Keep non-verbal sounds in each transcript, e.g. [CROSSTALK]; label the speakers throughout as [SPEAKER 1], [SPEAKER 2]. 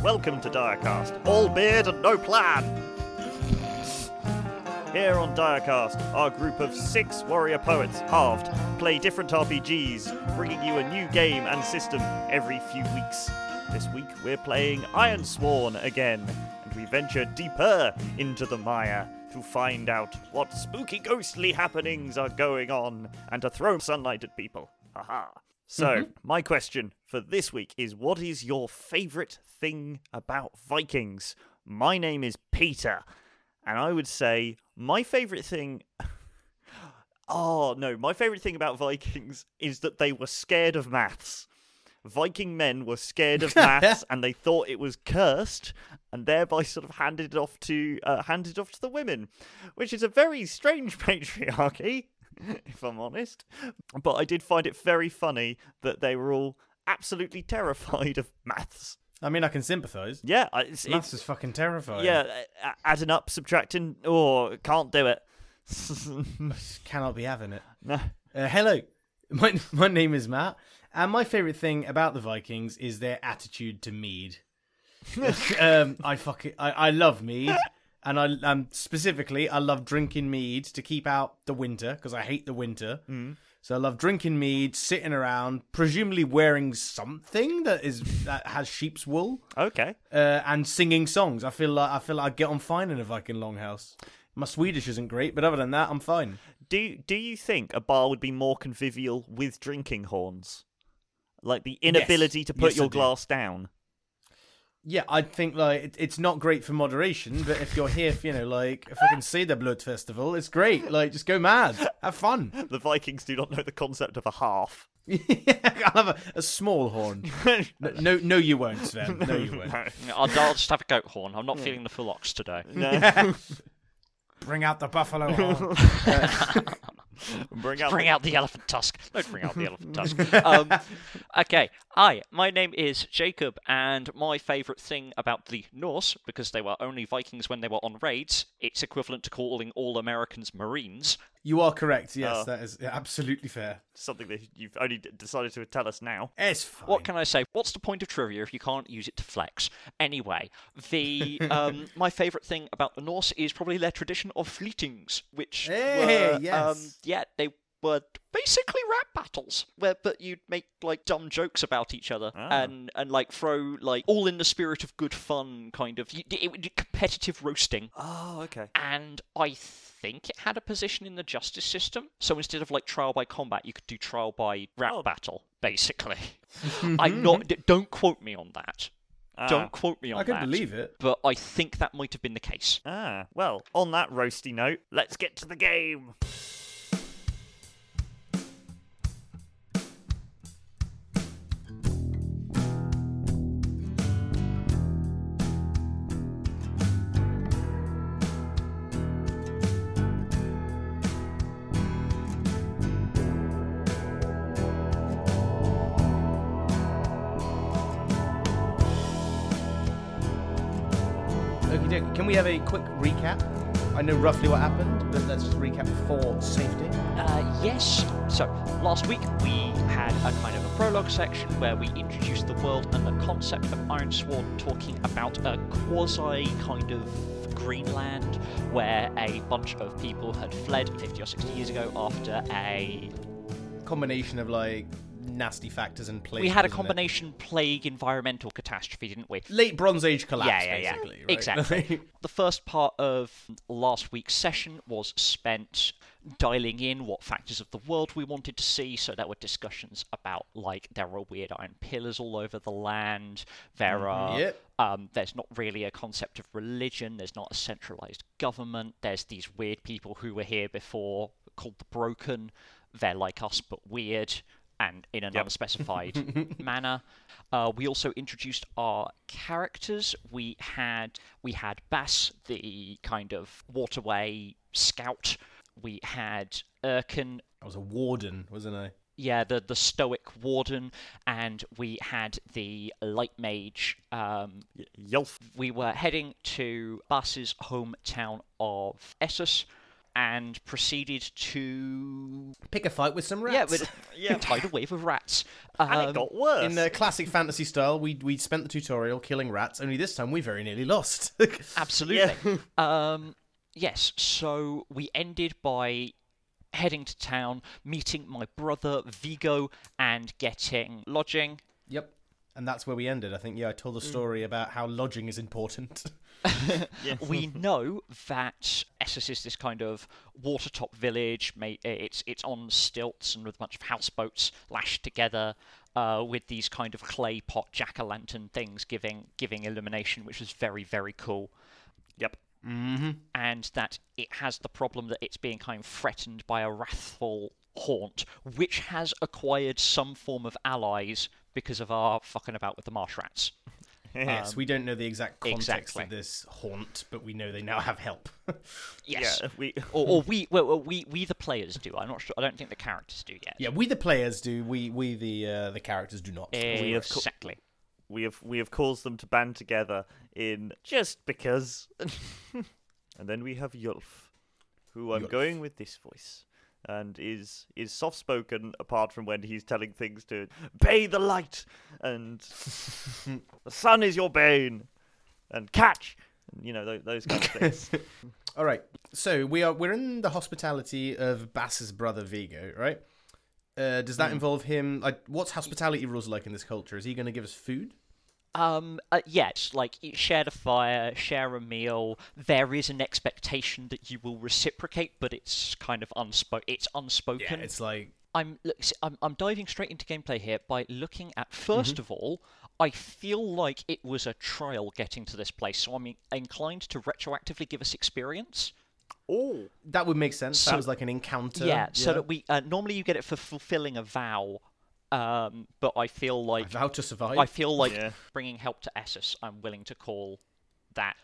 [SPEAKER 1] Welcome to Direcast, all beard and no plan. Here on Direcast, our group of six warrior poets, halved, play different RPGs, bringing you a new game and system every few weeks. This week we're playing Ironsworn again, and we venture deeper into the mire to find out what spooky ghostly happenings are going on and to throw sunlight at people. Haha. So, my question for this week is what is your favourite thing about Vikings? My name is Peter, and I would say my favourite thing. [LAUGHS] Oh, no, my favourite thing about Vikings is that they were scared of maths. Viking men were scared of maths and they thought it was cursed and thereby sort of handed it off to uh, handed it off to the women, which is a very strange [LAUGHS] patriarchy, if I'm honest. But I did find it very funny that they were all absolutely terrified of maths.
[SPEAKER 2] I mean, I can sympathise.
[SPEAKER 1] Yeah, I- it's, it's
[SPEAKER 2] Maths is fucking terrifying.
[SPEAKER 1] yeah, a- a- adding up, subtracting, or can't do it. [LAUGHS]
[SPEAKER 2] Cannot be having it.
[SPEAKER 1] no.
[SPEAKER 2] Uh, hello, [LAUGHS] my my name is Matt, and my favourite thing about the Vikings is their attitude
[SPEAKER 1] [LAUGHS]
[SPEAKER 2] to mead. um, I fucking I, I love mead, and I um specifically I love drinking mead to keep out the winter because I hate the winter.
[SPEAKER 1] Mm.
[SPEAKER 2] So I love drinking mead, sitting around, presumably wearing something that is that has sheep's wool,
[SPEAKER 1] Okay.
[SPEAKER 2] uh, and singing songs. I feel like I feel like I get on fine in a Viking longhouse. My Swedish isn't great, but other than that, I'm fine.
[SPEAKER 1] Do do you think a bar would be more convivial with drinking horns? Like the inability to put
[SPEAKER 2] Yes, I
[SPEAKER 1] your
[SPEAKER 2] do.
[SPEAKER 1] glass down.
[SPEAKER 2] Yeah, I think like it, it's not great for moderation, but if you're here for you know like if I can see the blood festival, it's great. Like just go mad, have fun. [LAUGHS]
[SPEAKER 1] The Vikings do not know the concept of a half. [LAUGHS]
[SPEAKER 2] I'll have a, a small [LAUGHS] horn. No, no, no, you won't, Sven. No, you won't.
[SPEAKER 3] I'll, I'll just have a goat horn. I'm not feeling the full ox today.
[SPEAKER 2] [LAUGHS] Bring out the buffalo horn.
[SPEAKER 1] [LAUGHS] Bring out
[SPEAKER 3] Bring out the elephant tusk. No, bring out the elephant tusk. Um, okay. Hi, my name is Jacob, and my favourite thing about the Norse, because they were only Vikings when they were on raids, it's equivalent to calling all Americans Marines.
[SPEAKER 2] [LAUGHS] You are correct. Yes,
[SPEAKER 1] Oh.
[SPEAKER 2] that is absolutely fair.
[SPEAKER 1] something that you've only d- decided to tell us now.
[SPEAKER 2] It's fine.
[SPEAKER 3] What can I say? What's the point of trivia if you can't use it to flex? Anyway, the
[SPEAKER 2] [LAUGHS]
[SPEAKER 3] um, my favourite thing about the Norse is probably their tradition of fleetings, which
[SPEAKER 2] Hey,
[SPEAKER 3] were, um,
[SPEAKER 2] yes.
[SPEAKER 3] yeah, they were basically rap battles where but you'd make like dumb jokes about each other
[SPEAKER 1] Ah.
[SPEAKER 3] and and like throw like all in the spirit of good fun kind of you, it, it, competitive roasting
[SPEAKER 1] Oh, okay.
[SPEAKER 3] and I think it had a position in the justice system. So instead of like trial by combat, you could do trial by rap
[SPEAKER 1] Oh.
[SPEAKER 3] battle,
[SPEAKER 2] [LAUGHS]
[SPEAKER 3] basically. I'm not. d- Don't quote me on that.
[SPEAKER 1] Ah.
[SPEAKER 3] Don't quote me on
[SPEAKER 2] Mhm. I can
[SPEAKER 3] that.
[SPEAKER 2] believe it.
[SPEAKER 3] But I think that might have been the case.
[SPEAKER 1] Ah, well, on that roasty note, let's get to the game.
[SPEAKER 2] Okie dokie. Can we have a quick recap? I know roughly what happened, but let's just recap for safety.
[SPEAKER 3] Uh, yes. So last week we had a kind of a prologue section where we introduced the world and the concept of Iron Sword, talking about a quasi kind of Greenland where a bunch of people had fled 50 or 60 years ago after a
[SPEAKER 2] Combination of like nasty factors and plague.
[SPEAKER 3] we had a
[SPEAKER 2] wasn't it?
[SPEAKER 3] combination plague environmental catastrophe, didn't we?
[SPEAKER 2] late Bronze Age collapse,
[SPEAKER 3] yeah, yeah,
[SPEAKER 2] basically.
[SPEAKER 3] yeah.
[SPEAKER 2] right?
[SPEAKER 3] Exactly. [LAUGHS] the first part of last week's session was spent dialing in what factors of the world we wanted to see. So there were discussions about like there are weird iron pillars all over the land. There are
[SPEAKER 2] Yep.
[SPEAKER 3] um, there's not really a concept of religion. There's not a centralized government. There's these weird people who were here before called the Broken. They're like us but weird and in an unspecified manner. Uh, we also introduced our characters. We had we had Bass, the kind of waterway scout. We had Erkin,
[SPEAKER 2] [LAUGHS] I was a warden, wasn't I?
[SPEAKER 3] yeah, the the stoic warden, and we had the light mage um,
[SPEAKER 1] Y- Yolf.
[SPEAKER 3] we were heading to Bass's hometown of Essos, and proceeded to
[SPEAKER 2] Pick a fight with some rats.
[SPEAKER 3] yeah, with yeah. [LAUGHS] tidal wave of rats.
[SPEAKER 1] and it
[SPEAKER 3] Um,
[SPEAKER 1] got worse.
[SPEAKER 2] in uh, classic fantasy style, we we spent the tutorial killing rats. Only this time, we very nearly lost. [LAUGHS]
[SPEAKER 3] Absolutely. um, yes. So we ended by heading to town, meeting my brother Vigo, and getting lodging.
[SPEAKER 2] yep. And that's where we ended. I think. Yeah, I told the
[SPEAKER 3] Mm.
[SPEAKER 2] story about how lodging is important. [LAUGHS]
[SPEAKER 3] we know that Essex is this kind of watertop village. ma- uh, It's it's on stilts and with a bunch of houseboats lashed together. Uh, with these kind of clay pot jack o' lantern things giving giving illumination, which was very very cool.
[SPEAKER 1] yep.
[SPEAKER 3] and that it has the problem that it's being kind of threatened by a wrathful haunt, which has acquired some form of allies because of our fucking about with the marsh rats.
[SPEAKER 2] yes, we don't know the exact context
[SPEAKER 3] Um, exactly.
[SPEAKER 2] of this haunt, but we know they now have help. [LAUGHS]
[SPEAKER 3] Yes.
[SPEAKER 1] Yeah. We.
[SPEAKER 3] Or, or we, well, well, we, we the players do. I'm not sure. I don't think the characters do yet.
[SPEAKER 2] yeah, we the players do. We we the uh, the characters do not.
[SPEAKER 3] Eh.
[SPEAKER 1] We have co-
[SPEAKER 3] Exactly.
[SPEAKER 1] we have we have caused them to band together in just because. [LAUGHS] and then we have Yulf, who I'm
[SPEAKER 2] Yulf.
[SPEAKER 1] going with this voice, and is is soft spoken apart from when he's telling things to bay the light
[SPEAKER 2] [LAUGHS]
[SPEAKER 1] and the sun is your bane and catch. You know those, those kind of
[SPEAKER 2] [LAUGHS]
[SPEAKER 1] things.
[SPEAKER 2] All right. So we are we're in the hospitality of Bass's brother Vigo, right? Uh, does
[SPEAKER 3] Hmm.
[SPEAKER 2] that involve him? Like, what's hospitality rules like in this culture? Is he going to give us food?
[SPEAKER 3] Um, uh, yeah, it's like you share the fire, share a meal. There is an expectation that you will reciprocate, but it's kind of unspoken. It's unspoken.
[SPEAKER 2] it's like
[SPEAKER 3] I'm look, s- I'm I'm diving straight into gameplay here by looking at 1st of all, I feel like it was a trial getting to this place, so I'm in- inclined to retroactively give us experience.
[SPEAKER 1] oh,
[SPEAKER 2] that would make sense.
[SPEAKER 3] So-
[SPEAKER 2] that was like an encounter.
[SPEAKER 3] yeah, so that we uh, normally you get it for fulfilling a vow, um, but I feel like
[SPEAKER 2] how to survive.
[SPEAKER 3] I feel like
[SPEAKER 1] Yeah.
[SPEAKER 3] bringing help to Essus. I'm willing to call that.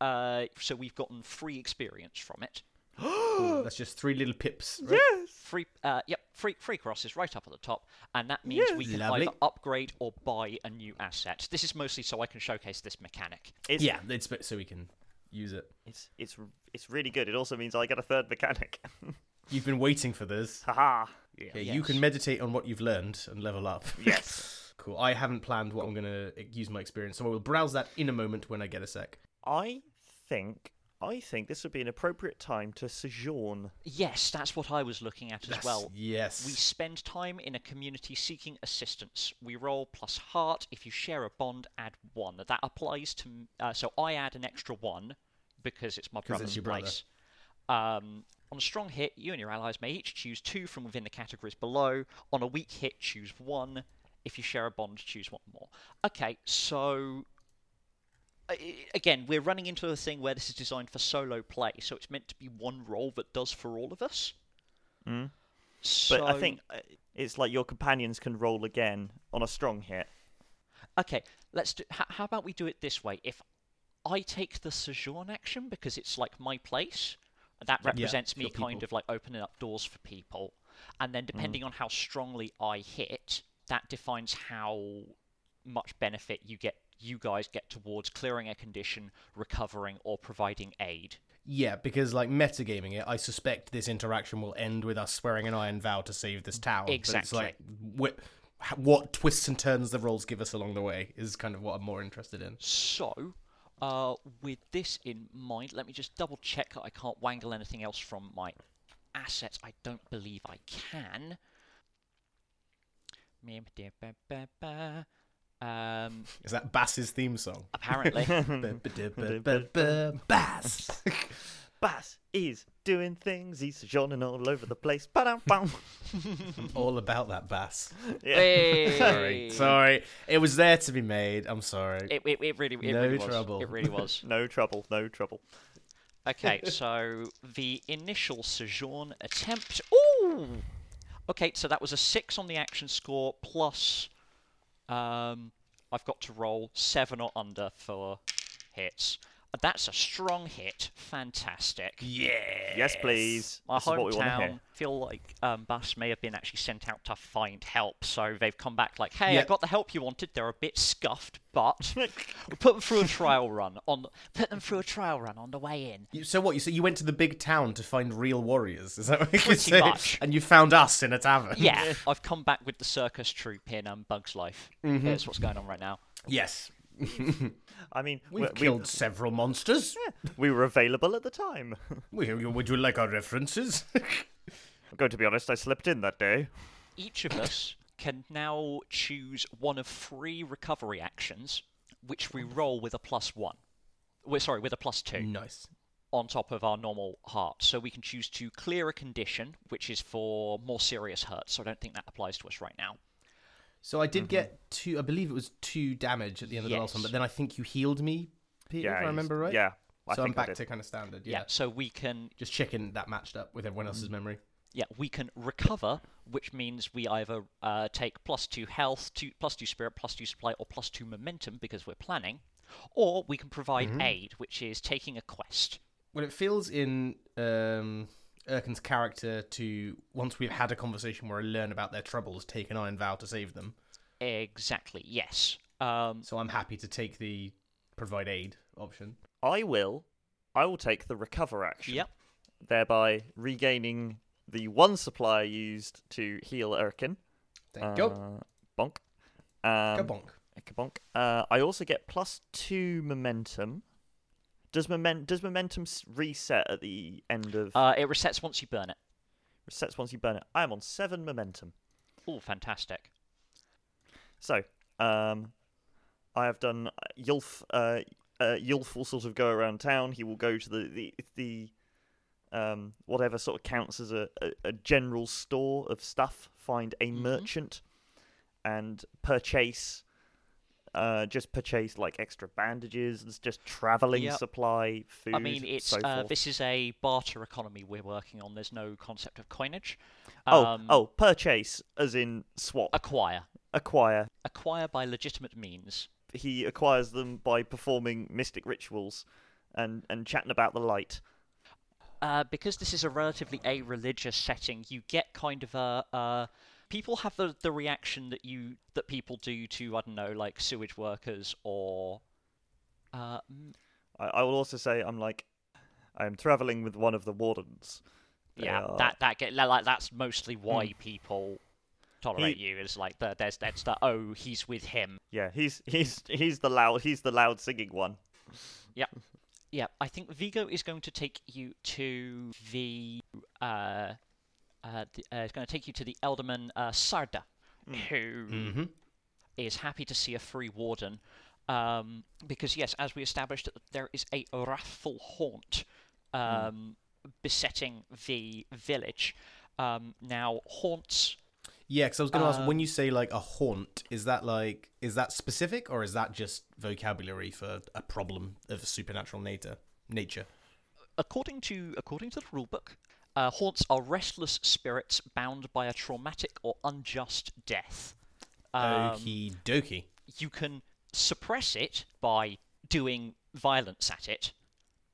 [SPEAKER 3] Uh, so we've gotten free experience from it.
[SPEAKER 2] That's just three little pips. Right?
[SPEAKER 3] Free, uh, yep, free free crosses right up at the top, and that means we can
[SPEAKER 2] Lovely.
[SPEAKER 3] either upgrade or buy a new asset. This is mostly so I can showcase this mechanic.
[SPEAKER 1] it's,
[SPEAKER 2] Yeah, it's but- so we can use it.
[SPEAKER 1] it's it's it's really good. It also means I get a third mechanic. [LAUGHS]
[SPEAKER 2] You've been waiting for this.
[SPEAKER 1] Haha. Yeah.
[SPEAKER 2] Okay, You can meditate on what you've learned and level up.
[SPEAKER 1] Yes.
[SPEAKER 2] cool. I haven't planned what I'm going to use my experience, so I will browse that in a moment when I get a sec.
[SPEAKER 1] I think I think this would be an appropriate time to sojourn.
[SPEAKER 3] Yes, that's what I was looking at as well.
[SPEAKER 2] yes.
[SPEAKER 3] We spend time in a community seeking assistance. We roll plus heart. If you share a bond, add one. That applies to. m- Uh, so I add an extra one because it's my brother's
[SPEAKER 2] it's your brother.
[SPEAKER 3] place. Um, on a strong hit, you and your allies may each choose two from within the categories below. On a weak hit, choose one. If you share a bond, choose one more. Okay, so uh, I- again, we're running into a thing where this is designed for solo play, so it's meant to be one role that does for all of us.
[SPEAKER 1] But
[SPEAKER 3] So,
[SPEAKER 1] I think uh, it's like your companions can roll again on a strong hit.
[SPEAKER 3] okay, let's do. H- how about we do it this way? If I take the sojourn action because it's like my place, that represents me
[SPEAKER 2] your
[SPEAKER 3] kind
[SPEAKER 2] people. Mm-hmm.
[SPEAKER 3] of like opening up doors for people, and then depending on how strongly I hit, that defines how much benefit you get. You guys get towards clearing a condition, recovering, or providing aid.
[SPEAKER 2] Yeah, because like metagaming it, I suspect this interaction will end with us swearing an iron vow to save this town. But it's
[SPEAKER 3] Exactly.
[SPEAKER 2] like wh- h- what twists and turns the roles give us along the way is kind of what I'm more interested in.
[SPEAKER 3] So, uh, with this in mind, let me just double check that I can't wangle anything else from my assets. I don't believe I can. Um,
[SPEAKER 2] Is that Bass's theme song? [LAUGHS]
[SPEAKER 3] apparently.
[SPEAKER 2] Bass.
[SPEAKER 1] Bass is doing things, he's sojourning all over the place.
[SPEAKER 2] [LAUGHS]
[SPEAKER 1] Ba-dum-bum.
[SPEAKER 2] All about that bass.
[SPEAKER 1] yeah.
[SPEAKER 2] Sorry. Sorry. It was there to be made. I'm sorry.
[SPEAKER 3] It, it, it really, it
[SPEAKER 2] No
[SPEAKER 3] really
[SPEAKER 2] trouble.
[SPEAKER 3] was. It really was.
[SPEAKER 1] No trouble, no trouble. [LAUGHS]
[SPEAKER 3] Okay, so the initial sojourn attempt. Ooh. Okay, so that was a six on the action score plus. Um, I've got to roll seven or under for hits. That's a strong hit. Fantastic.
[SPEAKER 2] Yeah.
[SPEAKER 1] Yes, please.
[SPEAKER 3] My
[SPEAKER 1] this is what we want to hear.
[SPEAKER 3] hometown feel like um, Bus may have been actually sent out to find help, so they've come back like, "Hey,
[SPEAKER 2] Yeah.
[SPEAKER 3] I got the help you wanted. They're a bit scuffed,
[SPEAKER 1] [LAUGHS]
[SPEAKER 3] but we put them through a trial run on. The, put them through a trial run on the way in.
[SPEAKER 2] You- So what? You so you went to the big town to find real warriors? Is that what you could
[SPEAKER 3] Pretty
[SPEAKER 2] say?
[SPEAKER 3] much.
[SPEAKER 2] And you found us in a tavern.
[SPEAKER 3] Yeah, I've come back with the circus troupe in um, Bugs Life. That's what's going on right now.
[SPEAKER 2] Yes.
[SPEAKER 1] I mean, we-
[SPEAKER 2] We've killed several monsters.
[SPEAKER 1] we were available at the time. [LAUGHS]
[SPEAKER 2] We- would you like our references? [LAUGHS]
[SPEAKER 1] I'm going to be honest, I slept in that day.
[SPEAKER 3] Each of us can now choose one of three recovery actions, which we roll with a plus one. We're sorry, with a plus two.
[SPEAKER 2] nice.
[SPEAKER 3] on top of our normal heart. So we can choose to clear a condition, which is for more serious hurts. So I don't think that applies to us right now.
[SPEAKER 2] So I did
[SPEAKER 1] Mm-hmm.
[SPEAKER 2] get two. I believe it was two damage at the end of the last one, but
[SPEAKER 3] Yes.
[SPEAKER 2] then I think you healed me, Peter,
[SPEAKER 1] Yeah,
[SPEAKER 2] if I
[SPEAKER 1] you-
[SPEAKER 2] remember right.
[SPEAKER 1] Yeah. I
[SPEAKER 2] so I'm
[SPEAKER 1] think I
[SPEAKER 2] back
[SPEAKER 1] did.
[SPEAKER 2] to kind of standard.
[SPEAKER 3] Yeah.
[SPEAKER 2] Yeah.
[SPEAKER 3] so we can
[SPEAKER 2] Just checking that matched up with everyone
[SPEAKER 1] Mm.
[SPEAKER 2] else's memory.
[SPEAKER 3] yeah we can recover, which means we either uh, take plus two health, two plus two spirit, plus two supply, or plus two momentum because we're planning, or we can provide
[SPEAKER 1] Mm-hmm.
[SPEAKER 3] aid, which is taking a quest.
[SPEAKER 2] Well, it feels in um, Erkin's character to once we've had a conversation where I learn about their troubles, take an iron vow to save them.
[SPEAKER 3] Exactly. Yes. Um,
[SPEAKER 2] So I'm happy to take the provide aid option.
[SPEAKER 1] I will. I will take the recover action.
[SPEAKER 3] yep.
[SPEAKER 1] Thereby regaining the one supply used to heal Erkin.
[SPEAKER 2] There you go.
[SPEAKER 1] Uh, Bonk. Um,
[SPEAKER 2] Go bonk.
[SPEAKER 1] Kabonk. Uh, I also get plus two momentum. Does moment does momentum s- reset at the end of
[SPEAKER 3] Uh, it resets once you burn it.
[SPEAKER 1] resets once you burn it? I am on seven momentum.
[SPEAKER 3] Oh, fantastic.
[SPEAKER 1] So, um, I have done Yulf. Uh, uh, Yulf will sort of go around town. He will go to the the, the um, whatever sort of counts as a, a, a general store of stuff. Find a
[SPEAKER 3] Mm-hmm.
[SPEAKER 1] merchant and purchase. Uh, just purchase like extra bandages. It's just traveling
[SPEAKER 3] Yep.
[SPEAKER 1] supply, food.
[SPEAKER 3] I mean, it's
[SPEAKER 1] so
[SPEAKER 3] uh,
[SPEAKER 1] forth.
[SPEAKER 3] this is a barter economy we're working on. There's no concept of coinage.
[SPEAKER 1] Oh,
[SPEAKER 3] Um, Uh,
[SPEAKER 1] oh, purchase as in swap,
[SPEAKER 3] acquire,
[SPEAKER 1] acquire.
[SPEAKER 3] acquire by legitimate means.
[SPEAKER 1] He acquires them by performing mystic rituals, and and chatting about the light.
[SPEAKER 3] Uh, because this is a relatively a religious setting, you get kind of a. Uh, people have the, the reaction that you that people do to I don't know, like sewage workers or. Uh, m-
[SPEAKER 1] I, I will also say I'm like I am traveling with one of the wardens. They
[SPEAKER 3] yeah,
[SPEAKER 1] are-
[SPEAKER 3] that that get like that's mostly why people tolerate you is like the, there's that's the oh he's with him
[SPEAKER 1] yeah. He's he's he's the loud he's the loud singing one.
[SPEAKER 3] Yeah. Yeah, I think Vigo is going to take you to the. Uh, uh, the uh, it's going to take you to the Elderman uh, Sarda,
[SPEAKER 1] Mm-hmm.
[SPEAKER 3] who is
[SPEAKER 2] Mm-hmm.
[SPEAKER 3] happy to see a free warden. Um, because, yes, as we established, there is a wrathful haunt um, besetting the village. Um, now, haunts.
[SPEAKER 2] Yeah, because I was going to ask
[SPEAKER 1] Um,
[SPEAKER 2] when you say like a haunt, is that like is that specific or is that just vocabulary for a problem of a supernatural nature? Nature.
[SPEAKER 3] according to according to the rulebook, uh, haunts are restless spirits bound by a traumatic or unjust death. Um,
[SPEAKER 2] Okie dokie.
[SPEAKER 3] You can suppress it by doing violence at it,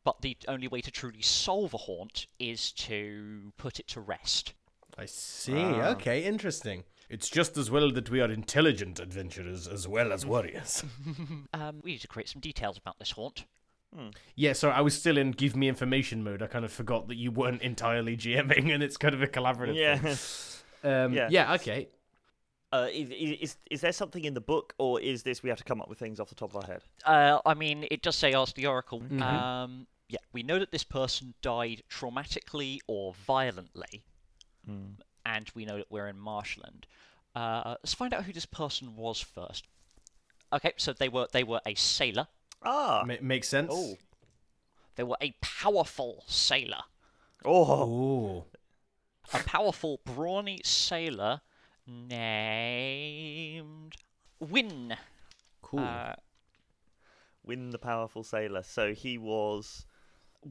[SPEAKER 3] but the only way to truly solve a haunt is to put it to rest.
[SPEAKER 2] I see.
[SPEAKER 1] um,
[SPEAKER 2] Okay, interesting. It's just as well that we are intelligent adventurers as well as
[SPEAKER 1] [LAUGHS]
[SPEAKER 2] warriors.
[SPEAKER 3] Um, we need to create some details about this haunt.
[SPEAKER 2] yeah, sorry, I was still in give me information mode. I kind of forgot that you weren't entirely GMing and it's kind of a collaborative thing.
[SPEAKER 1] Yeah.
[SPEAKER 2] Um,
[SPEAKER 1] [LAUGHS] Yeah.
[SPEAKER 2] yeah. okay.
[SPEAKER 1] uh, is, is is there something in the book, or is this we have to come up with things off the top of our head?
[SPEAKER 3] Uh, I mean, it does say ask the oracle. Um, yeah, we know that this person died traumatically or violently, and we know that we're in marshland. Uh, let's find out who this person was first. Okay, so they were they were a sailor.
[SPEAKER 1] Ah.
[SPEAKER 2] Ma- makes sense.
[SPEAKER 1] Oh.
[SPEAKER 3] They were a powerful sailor,
[SPEAKER 1] Oh.
[SPEAKER 2] Oh.
[SPEAKER 3] a powerful brawny sailor named Win.
[SPEAKER 2] Cool.
[SPEAKER 3] Uh,
[SPEAKER 1] Win the powerful sailor. So he was.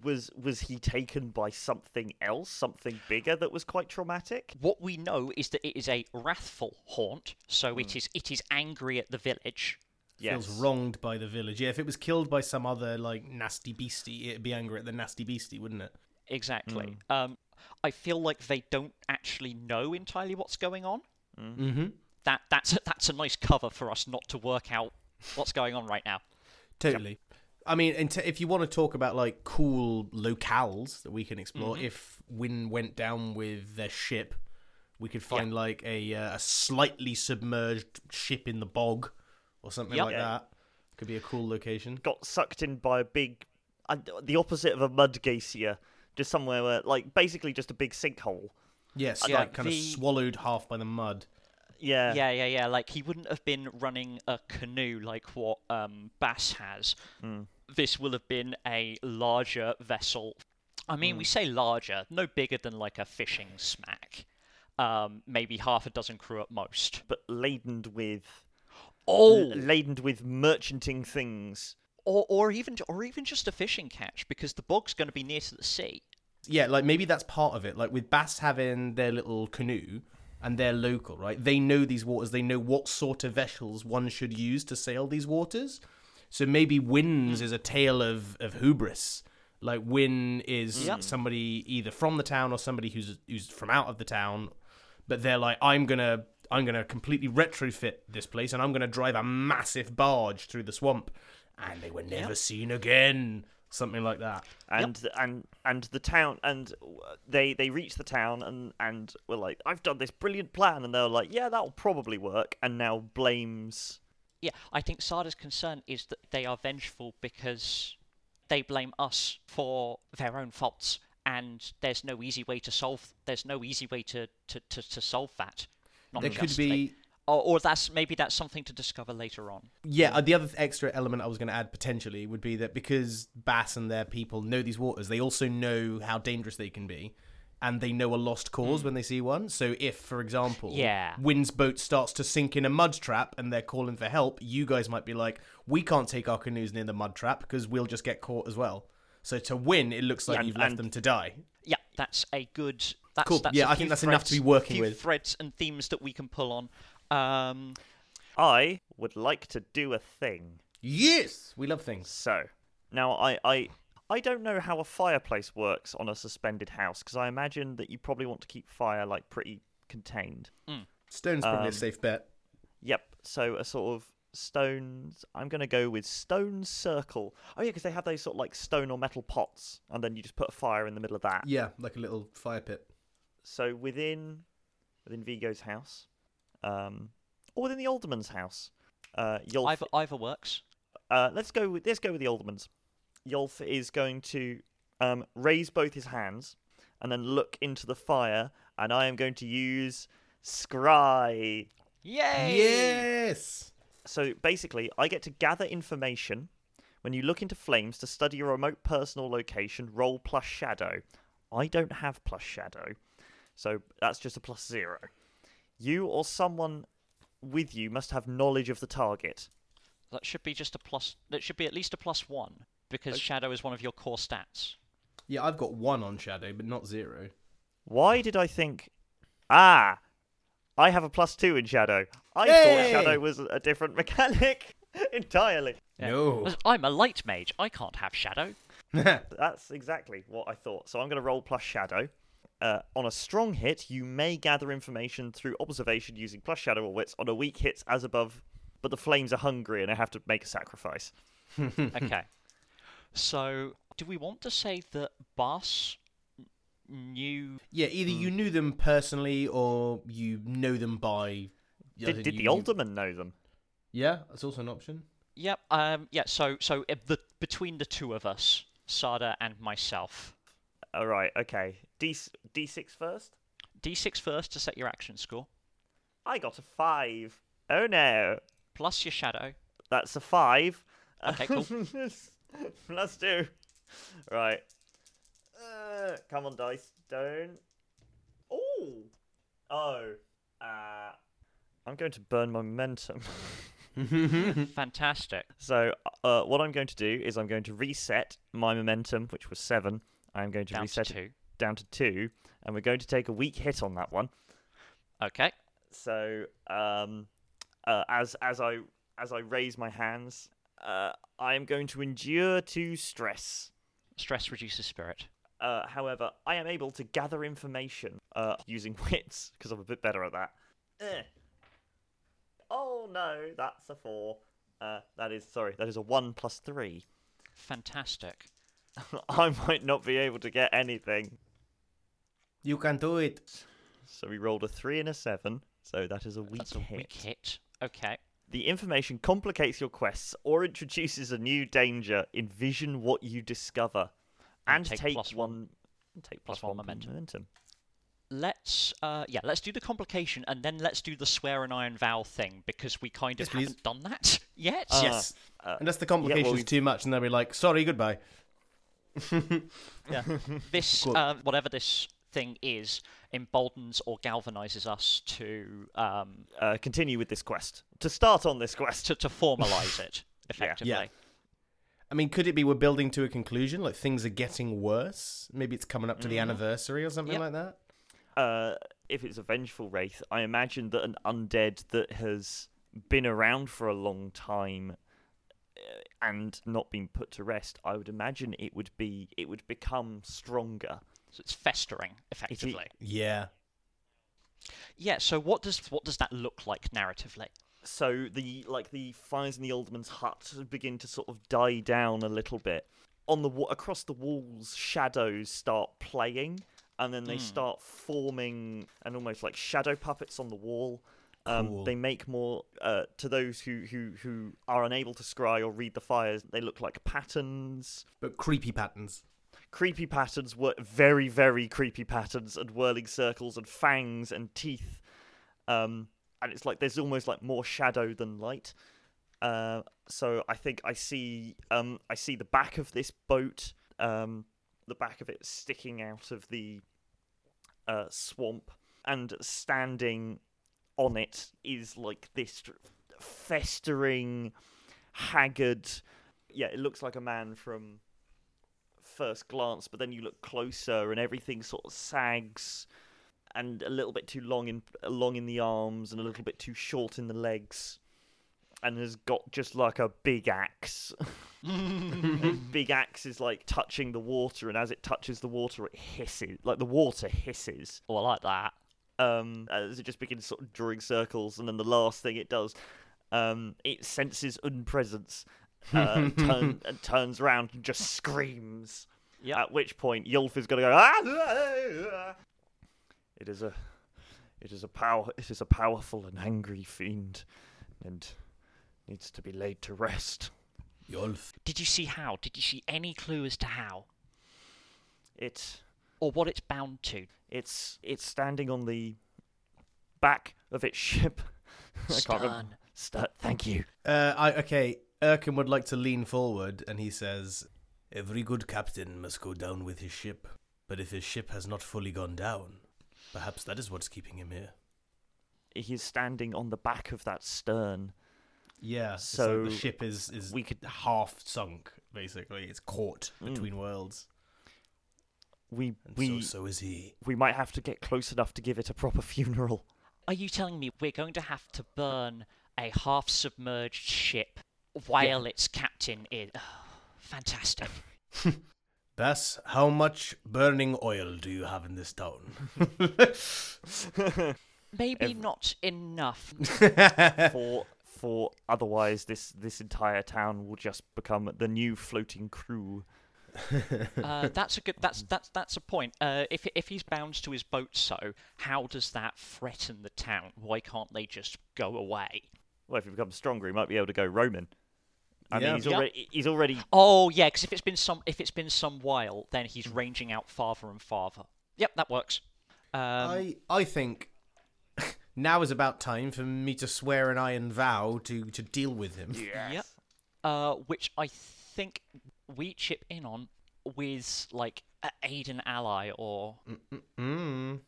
[SPEAKER 1] Was was he taken by something else, something bigger that was quite traumatic?
[SPEAKER 3] What we know is that it is a wrathful haunt, so it is it is angry at the village.
[SPEAKER 2] feels
[SPEAKER 1] Yes.
[SPEAKER 2] wronged by the village. Yeah, if it was killed by some other like nasty beastie, it'd be angry at the nasty beastie, wouldn't it?
[SPEAKER 3] Exactly. Um, I feel like they don't actually know entirely what's going on.
[SPEAKER 2] Mm-hmm.
[SPEAKER 3] That that's a, that's a nice cover for us not to work out what's going on right now.
[SPEAKER 2] Totally. I mean, and t- if you want to talk about like cool locales that we can explore, if Wynn went down with their ship, we could find like a, uh, a slightly submerged ship in the bog or something
[SPEAKER 3] Yep.
[SPEAKER 2] like
[SPEAKER 1] Yeah.
[SPEAKER 2] that. Could be a cool location.
[SPEAKER 1] got sucked in by a big, uh, the opposite of a mud glacier, just somewhere where, like, basically just a big sinkhole.
[SPEAKER 2] Yes,
[SPEAKER 3] Yeah,
[SPEAKER 2] like kind of
[SPEAKER 3] the-
[SPEAKER 2] swallowed half by the mud.
[SPEAKER 1] Yeah.
[SPEAKER 3] Yeah, yeah, yeah. Like he wouldn't have been running a canoe like what um, Bass has. This will have been a larger vessel. I mean, we say larger, no bigger than like a fishing smack. Um, maybe half a dozen crew at most.
[SPEAKER 1] But laden with,
[SPEAKER 2] Mm.
[SPEAKER 3] Oh,
[SPEAKER 1] laden with merchanting things.
[SPEAKER 3] or or even or even just a fishing catch because the bog's going to be near to the sea.
[SPEAKER 2] Yeah, like maybe that's part of it. Like with Bass having their little canoe and they're local, right? They know these waters. They know what sort of vessels one should use to sail these waters. So maybe Wynn's is a tale of, of hubris. Like Wynn is somebody either from the town or somebody who's who's from out of the town, but they're like, I'm gonna I'm gonna completely retrofit this place and I'm gonna drive a massive barge through the swamp, and they were never seen again. Something like that.
[SPEAKER 1] and and and the town and uh, they they reach the town and and were like i've done this brilliant plan and they're like yeah that'll probably work and now blames
[SPEAKER 3] Yeah, I think Sada's concern is that they are vengeful because they blame us for their own faults, and there's no easy way to solve. There's no easy way to to, to, to solve that. Not
[SPEAKER 2] There could
[SPEAKER 3] justly.
[SPEAKER 2] be
[SPEAKER 3] or, or that's maybe that's something to discover later on.
[SPEAKER 2] Yeah, uh, the other extra element I was going to add potentially would be that because Bass and their people know these waters, they also know how dangerous they can be, and they know a lost cause when they see one. So if, for example,
[SPEAKER 3] Yeah.
[SPEAKER 2] Wynn's boat starts to sink in a mud trap and they're calling for help, you guys might be like, "We can't take our canoes near the mud trap because we'll just get caught as well." So to win, it looks like
[SPEAKER 1] And-
[SPEAKER 2] you've left
[SPEAKER 1] and-
[SPEAKER 2] them to die.
[SPEAKER 3] Yeah, that's a good. That's,
[SPEAKER 2] Cool,
[SPEAKER 3] That's
[SPEAKER 2] yeah,
[SPEAKER 3] a
[SPEAKER 2] I think
[SPEAKER 3] few
[SPEAKER 2] that's enough to be
[SPEAKER 3] threads-
[SPEAKER 2] working
[SPEAKER 3] few
[SPEAKER 2] with.
[SPEAKER 3] Threads and themes that we can pull on. Um,
[SPEAKER 1] i would like to do a thing
[SPEAKER 2] Yes, we love things.
[SPEAKER 1] so now i i i don't know how a fireplace works on a suspended house because i imagine that you probably want to keep fire like pretty contained
[SPEAKER 2] Stone's probably a safe bet.
[SPEAKER 1] yep so a sort of stones i'm going to go with stone circle oh yeah because they have those sort of like stone or metal pots and then you just put a fire in the middle of that
[SPEAKER 2] Yeah, like a little fire pit.
[SPEAKER 1] so within within Vigo's house, um, or within the alderman's house, uh, Yolf.
[SPEAKER 3] either either works.
[SPEAKER 1] Uh, let's go with let's go with the alderman's. Yolf is going to um, raise both his hands and then look into the fire, and I am going to use scry.
[SPEAKER 3] Yay!
[SPEAKER 2] Yes.
[SPEAKER 1] So basically, I get to gather information. When you look into flames to study your remote personal location, roll plus shadow. I don't have plus shadow, so that's just a plus zero. You or someone with you must have knowledge of the target.
[SPEAKER 3] That should be just a plus. That should be at least a plus one because shadow is one of your core stats.
[SPEAKER 2] Yeah, I've got one on Shadow, but not zero.
[SPEAKER 1] Why did I think. Ah! I have a plus two in shadow. I
[SPEAKER 2] Hey!
[SPEAKER 1] thought shadow was a different [LAUGHS] mechanic entirely. [LAUGHS]
[SPEAKER 2] No. [LAUGHS]
[SPEAKER 3] Listen, I'm a light mage. I can't have shadow.
[SPEAKER 1] That's exactly what I thought. So I'm going to roll plus shadow. Uh, on a strong hit, you may gather information through observation using plus shadow or wits. On a weak hit, as above, but the flames are hungry and I have to make a sacrifice.
[SPEAKER 3] okay. So, do we want to say that Bass knew?
[SPEAKER 2] yeah, either
[SPEAKER 1] Hmm.
[SPEAKER 2] you knew them personally or you know them by. I
[SPEAKER 1] Did,
[SPEAKER 2] think
[SPEAKER 1] did
[SPEAKER 2] you
[SPEAKER 1] the
[SPEAKER 2] knew-
[SPEAKER 1] alderman know them?
[SPEAKER 2] Yeah, that's also an option.
[SPEAKER 3] Yep. Um. Yeah. So, so if the between the two of us, Sada and myself,
[SPEAKER 1] All right, okay. D d6 first.
[SPEAKER 3] D6 first to set your action score,
[SPEAKER 1] I got a five. Oh no,
[SPEAKER 3] plus your shadow.
[SPEAKER 1] that's a five.
[SPEAKER 3] Okay, cool.
[SPEAKER 1] [LAUGHS] plus two. Right. Uh, come on, dice. Don't. Oh. Oh. Uh, I'm going to burn my momentum. [LAUGHS] Hmm.
[SPEAKER 3] Fantastic.
[SPEAKER 1] so, uh, what I'm going to do is I'm going to reset my momentum, which was seven. I'm going to
[SPEAKER 3] Down to
[SPEAKER 1] reset it
[SPEAKER 3] two.
[SPEAKER 1] down to two, and we're going to take a weak hit on that one.
[SPEAKER 3] Okay.
[SPEAKER 1] So, um, uh, as as I as I raise my hands, uh, I am going to endure to stress.
[SPEAKER 3] Stress reduces spirit.
[SPEAKER 1] Uh, however, I am able to gather information uh, using [LAUGHS] wits because I'm a bit better at that. Eh. Oh no, that's a four. Uh, that is sorry, that is a one plus three. [LAUGHS]
[SPEAKER 3] Fantastic.
[SPEAKER 1] I might not be able to get anything.
[SPEAKER 2] You can do it.
[SPEAKER 1] So we rolled a three and a seven, so that is a weak
[SPEAKER 3] That's a
[SPEAKER 1] hit.
[SPEAKER 3] weak hit. Okay.
[SPEAKER 1] The information complicates your quests or introduces a new danger. Envision what you discover, and,
[SPEAKER 3] And take
[SPEAKER 1] take
[SPEAKER 3] plus
[SPEAKER 1] one. and Take
[SPEAKER 3] plus one momentum.
[SPEAKER 1] momentum.
[SPEAKER 3] Let's uh yeah, let's do the complication and then let's do the swear an iron vow thing because we kind of
[SPEAKER 2] Yes, please. Ah,
[SPEAKER 3] haven't
[SPEAKER 2] [LAUGHS]
[SPEAKER 3] done that yet.
[SPEAKER 1] Uh,
[SPEAKER 2] yes.
[SPEAKER 1] uh,
[SPEAKER 2] Unless the complications
[SPEAKER 1] we-
[SPEAKER 2] too much, and they'll be like, "Sorry, goodbye."
[SPEAKER 3] this
[SPEAKER 2] Cool.
[SPEAKER 3] um, whatever this thing is emboldens or galvanizes us to um
[SPEAKER 1] Uh, continue with this quest. To start on this quest.
[SPEAKER 3] to, to
[SPEAKER 2] [LAUGHS]
[SPEAKER 3] formalize it effectively.
[SPEAKER 2] Yeah. I mean, could it be we're building to a conclusion? Like things are getting worse. Maybe it's coming up to the
[SPEAKER 1] Mm.
[SPEAKER 2] anniversary or something
[SPEAKER 3] Yep.
[SPEAKER 2] like that.
[SPEAKER 1] uh, if it's a vengeful wraith, I imagine that an undead that has been around for a long time uh, and not been put to rest, I would imagine it would be it would become stronger.
[SPEAKER 3] So it's festering effectively.
[SPEAKER 2] Yeah.
[SPEAKER 3] Yeah, so what does what does that look like narratively?
[SPEAKER 1] So the like the fires in the alderman's hut begin to sort of die down a little bit. On the wa- across the walls, shadows start playing, and then they start forming and almost like shadow puppets on the wall. Um,
[SPEAKER 2] Cool.
[SPEAKER 1] They make more uh, to those who, who who are unable to scry or read the fires. They look like patterns,
[SPEAKER 2] But creepy patterns.
[SPEAKER 1] creepy patterns, were very very creepy patterns, and whirling circles and fangs and teeth. Um, and it's like there's almost like more shadow than light. Uh, so I think I see um, I see the back of this boat, um, the back of it sticking out of the uh, swamp, and standing on it is like this tr- festering, haggard. Yeah, it looks like a man from first glance, but then you look closer and everything sort of sags and a little bit too long in long in the arms and a little bit too short in the legs and has got just like a big axe. [LAUGHS] His big axe is like touching the water and as it touches the water it hisses like the water hisses
[SPEAKER 3] Oh, I like that.
[SPEAKER 1] um, as it just begins sort of drawing circles, and then the last thing it does, um, it senses unpresence, uh, and, turn, and turns around and just screams.
[SPEAKER 3] Yep.
[SPEAKER 1] At which point, Yulf is going to go. Ah! It is a, it is a power. It is a powerful and angry fiend, and needs to be laid to rest.
[SPEAKER 2] Yolf.
[SPEAKER 3] Did you see how? Did you see any clue as to how?
[SPEAKER 1] It,
[SPEAKER 3] Or what it's bound
[SPEAKER 2] [LAUGHS]
[SPEAKER 3] to?
[SPEAKER 1] it's, it's standing on the back of its ship. [LAUGHS] I can't remember.
[SPEAKER 3] Stern.
[SPEAKER 1] Stern. Thank you.
[SPEAKER 2] Uh, I okay. Erkin would like to lean forward, and he says, "Every good captain must go down with his ship. But if his ship has not fully gone down, perhaps that is what's keeping him here."
[SPEAKER 1] he's standing on the back of that stern.
[SPEAKER 2] Yeah.
[SPEAKER 1] So,
[SPEAKER 2] the ship is is
[SPEAKER 1] we could-
[SPEAKER 2] half sunk basically. It's caught between worlds.
[SPEAKER 1] We
[SPEAKER 2] And so
[SPEAKER 1] we
[SPEAKER 2] so is he.
[SPEAKER 1] we might have to get close enough to give it a proper
[SPEAKER 2] [LAUGHS]
[SPEAKER 1] funeral.
[SPEAKER 3] Are you telling me we're going to have to burn a half submerged ship while its captain is. fantastic.
[SPEAKER 2] Bass, how much burning oil do you have in this
[SPEAKER 1] [LAUGHS]
[SPEAKER 2] town?
[SPEAKER 3] Maybe not enough.
[SPEAKER 1] for for otherwise this this entire town will just become the new floating crew.
[SPEAKER 3] Uh, that's a good. That's that's that's a point. Uh, if if he's bound to his boat, so how does that threaten the town? Why can't they just go away?
[SPEAKER 1] Well, if he becomes stronger, he might be able to go Roman. I
[SPEAKER 2] Yeah.
[SPEAKER 1] mean, he's
[SPEAKER 3] Yeah.
[SPEAKER 1] already he's already
[SPEAKER 3] Oh yeah, because if it's been some if it's been some while, then he's ranging out farther and farther. Yep, that works. Um,
[SPEAKER 2] I I think [LAUGHS] now is about time for me to swear an iron vow to to deal with him.
[SPEAKER 3] Yep. Uh, which I think we chip in on with like a aid an ally or
[SPEAKER 2] Mm.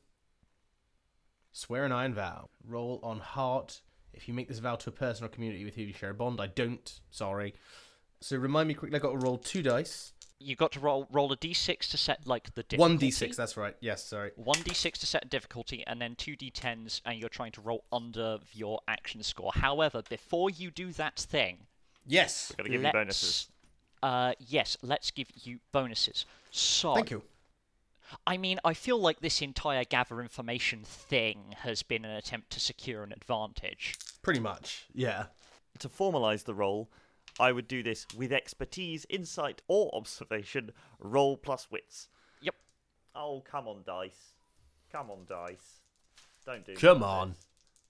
[SPEAKER 2] Swear an iron vow. Roll on heart. If you make this vow to a person or community with whom you share a bond, I don't. Sorry. So remind me quickly. I got to roll two dice.
[SPEAKER 3] you got to roll roll a d6 to set like the difficulty.
[SPEAKER 2] One d six. That's right. Yes. Sorry.
[SPEAKER 3] One d6 to set difficulty, and then two d10s, and you're trying to roll under your action score. However, before you do that thing,
[SPEAKER 2] Yes.
[SPEAKER 1] Gotta give
[SPEAKER 3] let's,
[SPEAKER 1] you bonuses.
[SPEAKER 3] Uh, yes, let's give you bonuses. So,
[SPEAKER 2] Thank you.
[SPEAKER 3] I mean, I feel like this entire gather information thing has been an attempt to secure an advantage.
[SPEAKER 2] Pretty much. Yeah.
[SPEAKER 1] To formalise the role, I would do this with expertise, insight, or observation. Roll plus wits.
[SPEAKER 3] Yep.
[SPEAKER 1] Oh, come on, dice. Come on, dice. Don't do.
[SPEAKER 2] Come
[SPEAKER 1] that.
[SPEAKER 2] on.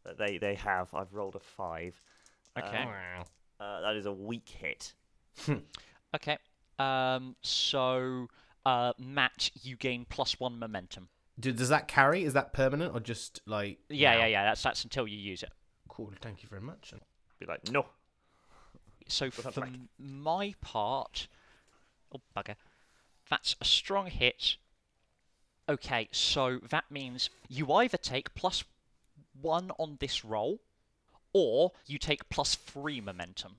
[SPEAKER 1] But They they have. I've rolled a five.
[SPEAKER 3] Okay.
[SPEAKER 1] Uh, that is a weak hit.
[SPEAKER 3] okay. Um. So, uh, Matt, you gain plus one momentum.
[SPEAKER 2] Do, does that carry? Is that permanent or just like?
[SPEAKER 3] Yeah,
[SPEAKER 2] now?
[SPEAKER 3] yeah, yeah. That's that's until you use it.
[SPEAKER 2] Cool. Thank you very much.
[SPEAKER 1] Be like, no.
[SPEAKER 3] So for
[SPEAKER 1] back.
[SPEAKER 3] m- my part, oh bugger, that's a strong hit. Okay, so that means you either take plus one on this roll, or you take plus three momentum.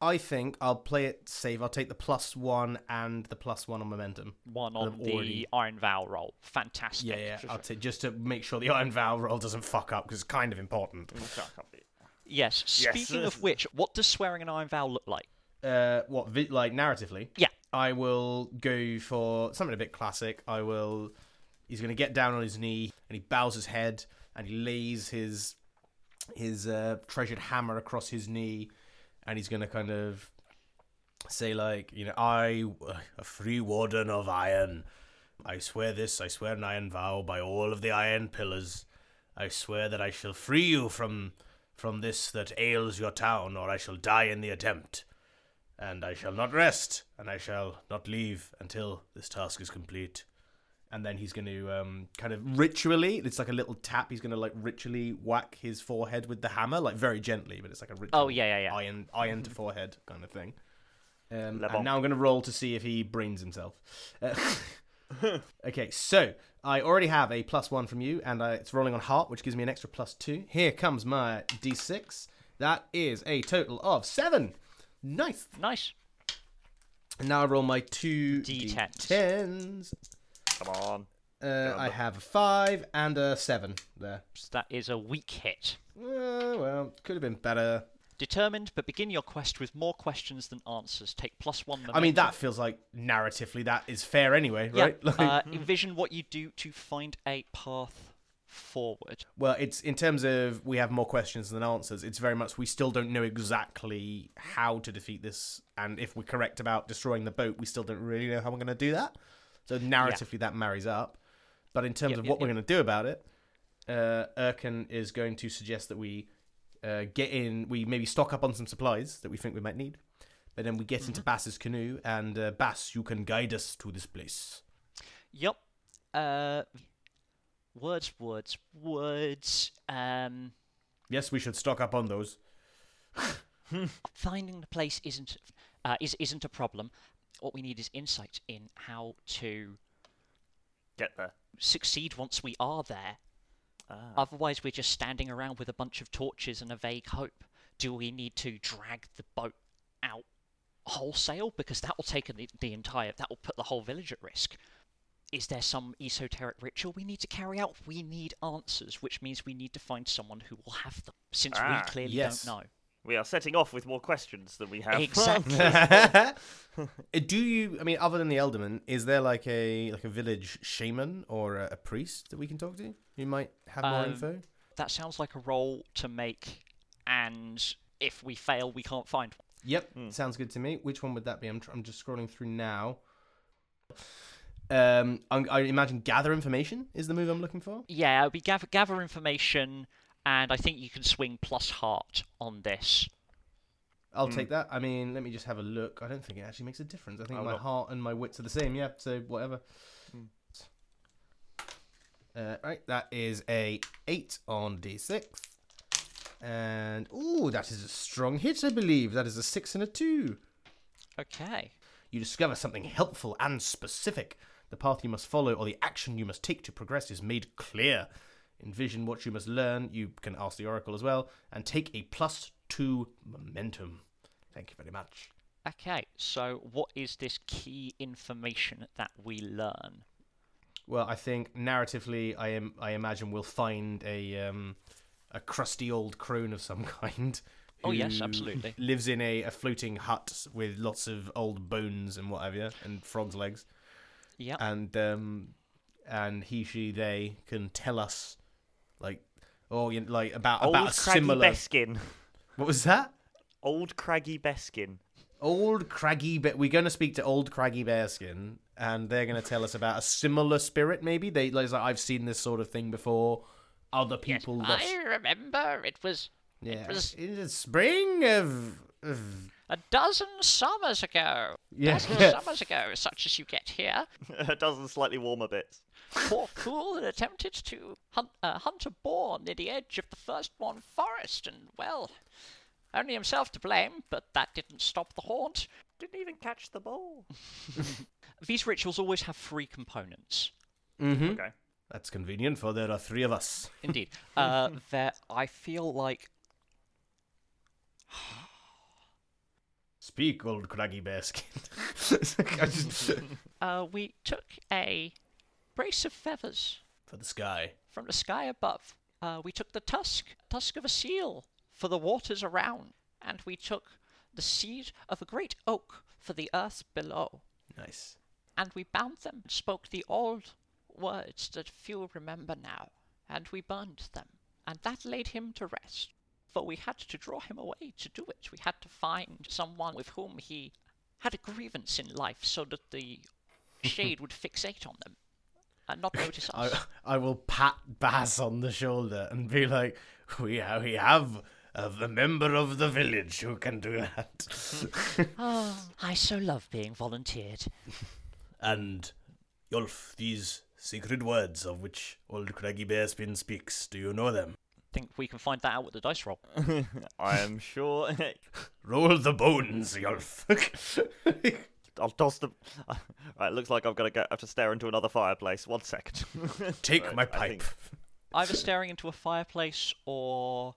[SPEAKER 2] I think I'll play it safe. I'll take the plus one and the plus one on momentum.
[SPEAKER 3] One
[SPEAKER 2] I've
[SPEAKER 3] on the
[SPEAKER 2] already-
[SPEAKER 3] Iron Vow roll. Fantastic.
[SPEAKER 2] Yeah, yeah. I'll take just to make sure the iron valve roll doesn't fuck up because it's kind of important.
[SPEAKER 3] Yes.
[SPEAKER 1] Yes,
[SPEAKER 3] Speaking
[SPEAKER 1] this
[SPEAKER 3] of
[SPEAKER 1] is-
[SPEAKER 3] which, what does swearing an Iron Vow look like?
[SPEAKER 2] Uh, what vi- like narratively?
[SPEAKER 3] Yeah.
[SPEAKER 2] I will go for something a bit classic. I will. He's going to get down on his knee and he bows his head and he lays his his uh, treasured hammer across his knee and he's going to kind of say like you know I a free warden of iron. I swear this. I swear an iron vow by all of the iron pillars. I swear that I shall free you from from this that ails your town, or I shall die in the attempt and I shall not rest, and I shall not leave until this task is complete. And then he's going to um, kind of ritually, it's like a little tap, he's going to like ritually whack his forehead with the hammer, like very gently, but it's like a ritual
[SPEAKER 3] Oh, yeah, yeah, Mm-hmm. yeah.
[SPEAKER 2] iron, iron to forehead kind of thing. Um,
[SPEAKER 1] Le
[SPEAKER 2] and
[SPEAKER 1] bon.
[SPEAKER 2] now I'm going to roll to see if he brains himself. Uh, [LAUGHS] okay, so I already have a plus one from you, and uh, it's rolling on heart, which gives me an extra plus two. Here comes my d6. That is a total of seven. Nice.
[SPEAKER 3] Nice.
[SPEAKER 2] And now I roll my two
[SPEAKER 3] D10s.
[SPEAKER 2] D10s.
[SPEAKER 1] Come on.
[SPEAKER 2] Uh, I have a five and a seven there.
[SPEAKER 3] So that is a weak hit.
[SPEAKER 2] Uh, well, could have been better.
[SPEAKER 3] Determined, but begin your quest with more questions than answers. Take plus one.
[SPEAKER 2] I
[SPEAKER 3] Momentum.
[SPEAKER 2] mean, that feels like narratively that is fair anyway,
[SPEAKER 3] Yeah.
[SPEAKER 2] right? [LAUGHS] Like,
[SPEAKER 3] uh, envision what you do to find a path forward.
[SPEAKER 2] well, it's in terms of we have more questions than answers. It's very much we still don't know exactly how to defeat this, and if we're correct about destroying the boat, we still don't really know how we're going to do that. So narratively, that marries up. But in terms
[SPEAKER 3] Yep,
[SPEAKER 2] of
[SPEAKER 3] yep,
[SPEAKER 2] what we're going to do about it, uh, Erkin is going to suggest that we uh, get in, we maybe stock up on some supplies that we think we might need. But then we get into Bass's canoe, and uh, Bass, you can guide us to this place.
[SPEAKER 3] Yep. Uh, words, words, words. Um,
[SPEAKER 2] Yes, we should stock up on those.
[SPEAKER 3] finding the place isn't uh, is isn't a problem. What we need is insight in how to
[SPEAKER 1] Get there. Ah.
[SPEAKER 3] succeed once we are there. Otherwise, we're just standing around with a bunch of torches and a vague hope. Do we need to drag the boat out wholesale? Because that will take the, the entire, that will put the whole village at risk. Is there some esoteric ritual we need to carry out? We need answers, which means we need to find someone who will have them, since
[SPEAKER 1] Ah,
[SPEAKER 3] we clearly
[SPEAKER 2] yes.
[SPEAKER 3] don't know.
[SPEAKER 1] We are setting off with more questions than we have.
[SPEAKER 3] Exactly.
[SPEAKER 2] [LAUGHS] do you? I mean, other than the alderman, is there like a like a village shaman or a, a priest that we can talk to who might have more
[SPEAKER 3] Um,
[SPEAKER 2] info?
[SPEAKER 3] that sounds like a role to make, and if we fail, we can't find one.
[SPEAKER 2] Yep, Hmm. sounds good to me. Which one would that be? I'm tr- I'm just scrolling through now. Um, I'm, I imagine gather information is the move I'm looking for.
[SPEAKER 3] Yeah, we gather, gather information, and I think you can swing plus heart on this.
[SPEAKER 2] I'll
[SPEAKER 1] Mm.
[SPEAKER 2] take that. I mean, let me just have a look. I don't think it actually makes a difference. I think
[SPEAKER 1] Oh,
[SPEAKER 2] my
[SPEAKER 1] well. Mm.
[SPEAKER 2] heart and my wits are the same. Yeah, so whatever. Uh, right, that is a eight on d6, and ooh, that is a strong hit. I believe that is a six and a two.
[SPEAKER 3] Okay.
[SPEAKER 2] You discover something helpful and specific. The path you must follow or the action you must take to progress is made clear. Envision what you must learn. You can ask the oracle as well, and take a plus two momentum. Thank you very much.
[SPEAKER 3] Okay, so what is this key information that we learn?
[SPEAKER 2] Well, I think narratively, I am. I imagine we'll find a um, a crusty old crone of some [LAUGHS] kind.
[SPEAKER 3] Oh, yes,
[SPEAKER 2] who
[SPEAKER 3] absolutely.
[SPEAKER 2] Lives in a, a floating hut with lots of old bones and whatever, and frogs' legs,
[SPEAKER 3] Yeah.
[SPEAKER 2] and um, and he, she, they can tell us, like, oh, you know, like about
[SPEAKER 1] Old
[SPEAKER 2] about a
[SPEAKER 1] craggy
[SPEAKER 2] similar.
[SPEAKER 1] Beskin.
[SPEAKER 2] What was that?
[SPEAKER 1] Old craggy Beskin. [LAUGHS]
[SPEAKER 2] Old craggy. Be- We're going to speak to old craggy bearskin, and they're going to tell us about a similar spirit. Maybe they like, it's like, I've seen this sort of thing before. Other people lost.
[SPEAKER 3] I remember it was
[SPEAKER 2] Yeah,
[SPEAKER 3] was-
[SPEAKER 2] in the spring of, of
[SPEAKER 3] a dozen summers ago.
[SPEAKER 2] Yeah.
[SPEAKER 3] Dozen
[SPEAKER 2] [LAUGHS]
[SPEAKER 3] summers ago, such as you get here.
[SPEAKER 1] a dozen slightly warmer bits.
[SPEAKER 3] Poor fool had attempted to hunt, uh, hunt a boar near the edge of the firstborn forest, and well, only himself to blame, but that didn't stop the haunt.
[SPEAKER 1] Didn't even catch the ball.
[SPEAKER 3] These rituals always have three components.
[SPEAKER 1] Okay.
[SPEAKER 2] Mm-hmm. that's convenient for there are three of us.
[SPEAKER 3] Indeed. uh, there, I feel like
[SPEAKER 2] Speak, old craggy bearskin. [LAUGHS] I
[SPEAKER 3] [LAUGHS]
[SPEAKER 2] just
[SPEAKER 3] uh, we took a brace of feathers
[SPEAKER 2] for the sky.
[SPEAKER 3] from the sky above. Uh, we took the tusk, tusk of a seal, for the waters around, and we took the seed of a great oak for the earth below.
[SPEAKER 2] Nice.
[SPEAKER 3] And we bound them, and spoke the old words that few remember now, and we burned them. And that laid him to rest, for we had to draw him away to do it. We had to find someone with whom he had a grievance in life so that the shade would fixate on them and not notice us.
[SPEAKER 2] I I will pat Bass on the shoulder and be like, we have we have uh, a member of the village who can do that,
[SPEAKER 3] [GASPS] Oh, I so love being volunteered.
[SPEAKER 2] and Yolf these. Secret words of which old craggy bearskin speaks. Do you know them?
[SPEAKER 3] Think we can find that out with the dice roll.
[SPEAKER 1] I am sure. [LAUGHS]
[SPEAKER 2] Roll the bones, Yolf.
[SPEAKER 1] I'll toss them. [LAUGHS] Right, looks like I've got to go. have to stare into another fireplace. One second.
[SPEAKER 2] [LAUGHS]
[SPEAKER 1] [LAUGHS]
[SPEAKER 2] Take
[SPEAKER 1] Right,
[SPEAKER 2] my
[SPEAKER 1] I
[SPEAKER 2] pipe.
[SPEAKER 3] Either staring into a fireplace or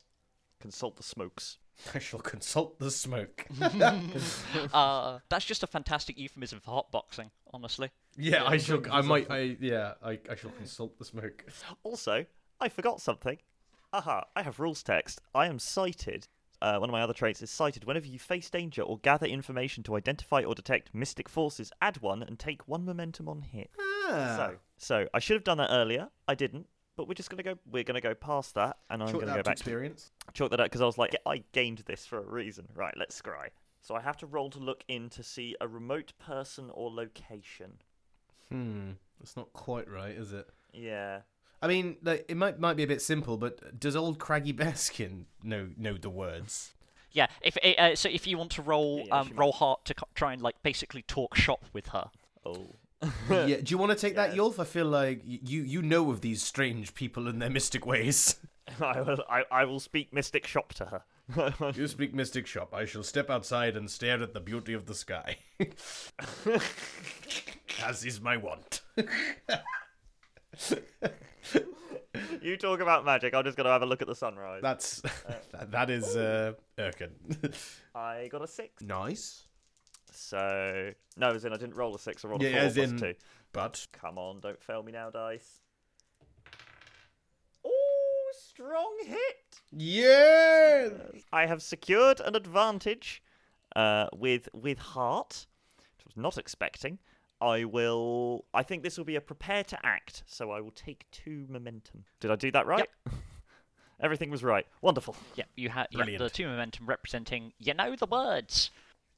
[SPEAKER 1] Consult the smokes.
[SPEAKER 2] I, shall consult the smoke.
[SPEAKER 3] uh, that's just a fantastic euphemism for hotboxing, honestly.
[SPEAKER 2] [LAUGHS] yeah, I shall. I might. I yeah. I, I shall consult
[SPEAKER 1] [LAUGHS]
[SPEAKER 2] the smoke.
[SPEAKER 1] Also, I forgot something. Aha, I have rules text. I am sighted. Uh, one of my other traits is sighted. Whenever you face danger or gather information to identify or detect mystic forces, add one and take one momentum on hit.
[SPEAKER 2] Ah,
[SPEAKER 1] So, so I should have done that earlier. I didn't. But we're just gonna go. We're gonna go past that, and I'm gonna go back to
[SPEAKER 2] experience.
[SPEAKER 1] chalk that up because I was like, I gained this for a reason. Right, let's scry. So I have to roll to look in to see a remote person or location.
[SPEAKER 2] Hmm. That's not quite right, is it?
[SPEAKER 1] Yeah.
[SPEAKER 2] I mean, like, it might might be a bit simple, but does old Craggy Bearskin know know the words?
[SPEAKER 3] Yeah, if eh, uh, so, if you want to roll,
[SPEAKER 1] Yeah, yeah,
[SPEAKER 3] um,
[SPEAKER 1] she
[SPEAKER 3] roll hard to co- try and like basically talk shop with her.
[SPEAKER 1] Oh.
[SPEAKER 2] yeah. Do you want to take that,
[SPEAKER 1] Yes.
[SPEAKER 2] Yolf? I feel like y- you you know of these strange people and their mystic ways.
[SPEAKER 1] [LAUGHS] I will. I, I will speak mystic shop to her.
[SPEAKER 2] [LAUGHS]
[SPEAKER 1] [LAUGHS]
[SPEAKER 2] You speak mystic shop. I shall step outside and stare at the beauty of the [LAUGHS] sky. As is my wont.
[SPEAKER 1] you talk about magic. I'm just gonna have a look at the sunrise.
[SPEAKER 2] That's [LAUGHS] that, that is uh Erkin.
[SPEAKER 1] I got a six.
[SPEAKER 2] nice.
[SPEAKER 1] So no, as in I didn't roll a six. I rolled
[SPEAKER 2] Yeah,
[SPEAKER 1] a four
[SPEAKER 2] as
[SPEAKER 1] plus
[SPEAKER 2] in-
[SPEAKER 1] two.
[SPEAKER 2] But
[SPEAKER 1] Come on, don't fail me now, dice. Oh, strong hit.
[SPEAKER 2] Yeah
[SPEAKER 1] I have secured an advantage uh, with with heart, which I was not expecting. I will. I think this will be a prepare to act, so I will take two momentum. Did I do that right? [LAUGHS] Everything was right. Wonderful.
[SPEAKER 3] Yeah, you had you had the
[SPEAKER 2] Brilliant.
[SPEAKER 3] two momentum representing. You know the words.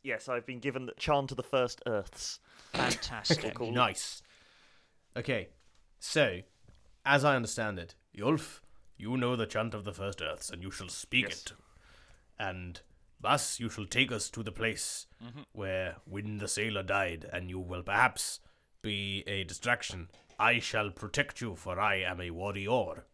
[SPEAKER 1] Yes, I've been given the charm to the first earths.
[SPEAKER 3] Fantastic.
[SPEAKER 2] Nice. Okay. So, as I understand it, Yolf, you know the chant of the first earths, and you shall speak
[SPEAKER 1] Yes.
[SPEAKER 2] it. And thus you shall take us to the place where Win the sailor died, and you will perhaps be a distraction. I shall protect you, for I am a warrior.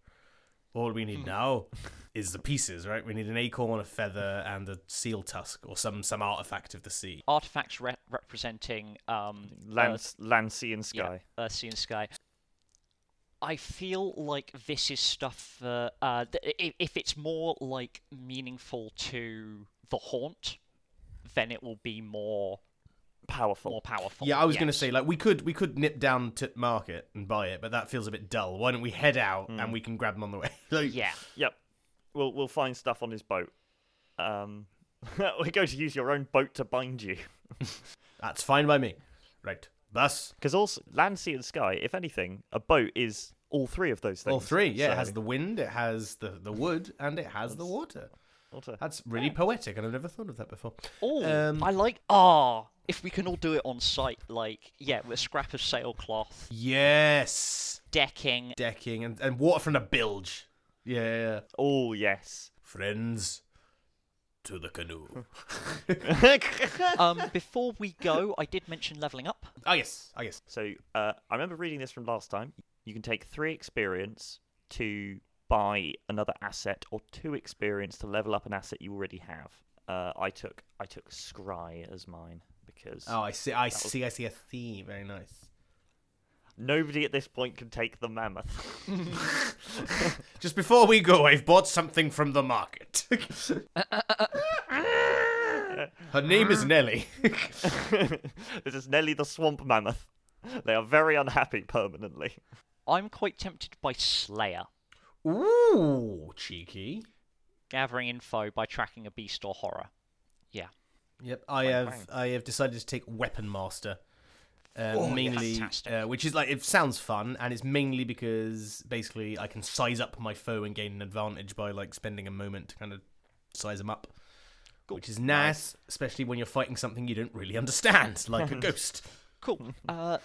[SPEAKER 2] All we need now is the pieces, right? We need an acorn, a feather, and a seal tusk, or some some artifact of the sea.
[SPEAKER 3] Artifacts re- representing um, Earth-
[SPEAKER 1] Lance, land, sea, and
[SPEAKER 3] Yeah,
[SPEAKER 1] sky.
[SPEAKER 3] Earth, Sea, and Sky. I feel like this is stuff that, uh, th- i- if it's more like meaningful to the haunt, then it will be more
[SPEAKER 1] Powerful.
[SPEAKER 3] more powerful.
[SPEAKER 2] Yeah, I was going to
[SPEAKER 3] yes.
[SPEAKER 2] say like we could we could nip down to market and buy it, but that feels a bit dull. Why don't we head out and we can grab them on the way? [LAUGHS] Like,
[SPEAKER 3] Mm. Yeah,
[SPEAKER 1] Yep. We'll we'll find stuff on his boat. Um, [LAUGHS] we're going to use your own boat to bind you.
[SPEAKER 2] that's fine by me. Right, bus
[SPEAKER 1] Because also land, sea, and sky. If anything, a boat is all three of those things.
[SPEAKER 2] all three. Yeah,
[SPEAKER 1] So-
[SPEAKER 2] it has the wind, it has the the wood, and it has the water.
[SPEAKER 1] Water.
[SPEAKER 2] That's really poetic, and I've never thought of that before.
[SPEAKER 3] Oh,
[SPEAKER 2] Um,
[SPEAKER 3] I like. Ah, if we can all do it on site, like yeah, with a scrap of sailcloth,
[SPEAKER 2] Yes,
[SPEAKER 3] decking.
[SPEAKER 2] decking and, and water from the bilge. Yeah, yeah, yeah.
[SPEAKER 1] Oh yes. [LAUGHS]
[SPEAKER 2] friends to the
[SPEAKER 3] [LAUGHS]
[SPEAKER 2] canoe.
[SPEAKER 3] um, before we go, I did mention leveling up.
[SPEAKER 2] oh yes, oh yes.
[SPEAKER 1] so uh, I remember reading this from last time. You can take three experience to buy another asset, or two experience to level up an asset you already have. Uh, I took I took scry as mine because
[SPEAKER 2] Oh, I see, I see, I see a theme. Very nice.
[SPEAKER 1] nobody at this point can take the mammoth. [LAUGHS]
[SPEAKER 2] [LAUGHS] Just before we go, I've bought something from the market. Her name is Nelly. [LAUGHS]
[SPEAKER 1] this is Nelly the Swamp Mammoth. They are very unhappy permanently.
[SPEAKER 3] I'm quite tempted by Slayer,
[SPEAKER 2] Ooh, cheeky.
[SPEAKER 3] gathering info by tracking a beast or horror. Yeah,
[SPEAKER 2] Yep, I have I have decided to take Weapon Master. Uh,
[SPEAKER 3] Oh, yeah.
[SPEAKER 2] mainly,
[SPEAKER 3] Fantastic.
[SPEAKER 2] uh, which is like it sounds fun, and it's mainly because basically I can size up my foe and gain an advantage by like spending a moment to kind of size them up, which is nice, especially when you're fighting something you don't really understand, like a ghost.
[SPEAKER 3] cool. uh,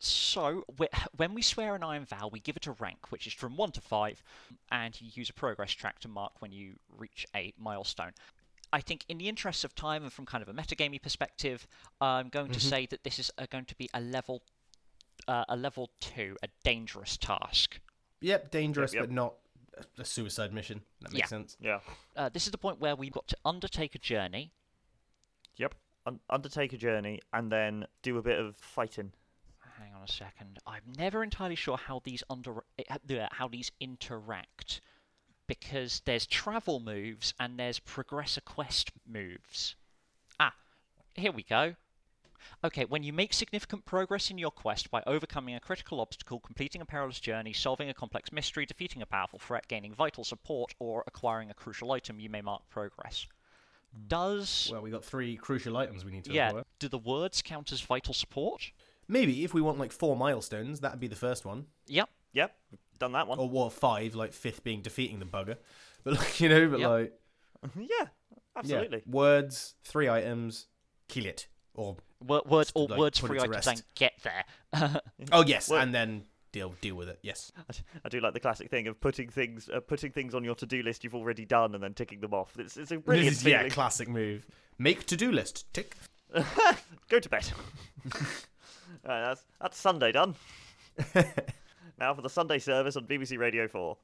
[SPEAKER 3] so whe- when we swear an iron vow, we give it a rank, which is from one to five, and you use a progress track to mark when you reach a milestone. I think, in the interests of time and from kind of a metagamey perspective, I'm going to say that this is uh going to be a level, uh, a level two, a dangerous task.
[SPEAKER 2] Yep, dangerous,
[SPEAKER 1] Yep, yep.
[SPEAKER 2] but not a- a suicide mission. That makes
[SPEAKER 3] Yeah.
[SPEAKER 2] sense.
[SPEAKER 1] [LAUGHS] Yeah.
[SPEAKER 3] Uh, this is the point where we've got to undertake a journey.
[SPEAKER 1] Yep. Un- undertake a journey and then do a bit of fighting.
[SPEAKER 3] Hang on a second. I'm never entirely sure how these under eh, h- the- how these interact because there's travel moves and there's progress a quest moves. Ah, here we go. Okay, when you make significant progress in your quest by overcoming a critical obstacle, completing a perilous journey, solving a complex mystery, defeating a powerful threat, gaining vital support, or acquiring a crucial item, you may mark progress. Does
[SPEAKER 2] Well, we got three crucial items we need to
[SPEAKER 3] yeah?
[SPEAKER 2] acquire.
[SPEAKER 3] Do the words count as vital support?
[SPEAKER 2] Maybe if we want like four milestones, that'd be the first one,
[SPEAKER 3] Yep.
[SPEAKER 1] Yep. Done that one.
[SPEAKER 2] or well, five, like fifth being defeating the bugger. [LAUGHS] But like, you know, but
[SPEAKER 3] Yep.
[SPEAKER 2] like
[SPEAKER 1] [LAUGHS] yeah.
[SPEAKER 2] yeah,
[SPEAKER 1] Absolutely.
[SPEAKER 2] words, three items, kill it, or
[SPEAKER 3] Wor- words
[SPEAKER 2] to,
[SPEAKER 3] or
[SPEAKER 2] like,
[SPEAKER 3] words
[SPEAKER 2] put it
[SPEAKER 3] free
[SPEAKER 2] to
[SPEAKER 3] items and
[SPEAKER 2] rest.
[SPEAKER 3] get there.
[SPEAKER 2] oh yes,
[SPEAKER 1] Mm-hmm. Well-
[SPEAKER 2] and then deal deal with it. Yes, [LAUGHS]
[SPEAKER 1] I d- I do like the classic thing of putting things uh, putting things on your to do list you've already done and then ticking them off. It's, it's a brilliant
[SPEAKER 2] This is, yeah,
[SPEAKER 1] feeling.
[SPEAKER 2] classic move. Make to do list tick.
[SPEAKER 1] Go to bed. [LAUGHS] Right, that's that's Sunday
[SPEAKER 3] [LAUGHS]
[SPEAKER 1] done. now for the Sunday service on BBC Radio
[SPEAKER 3] [LAUGHS]
[SPEAKER 1] Four,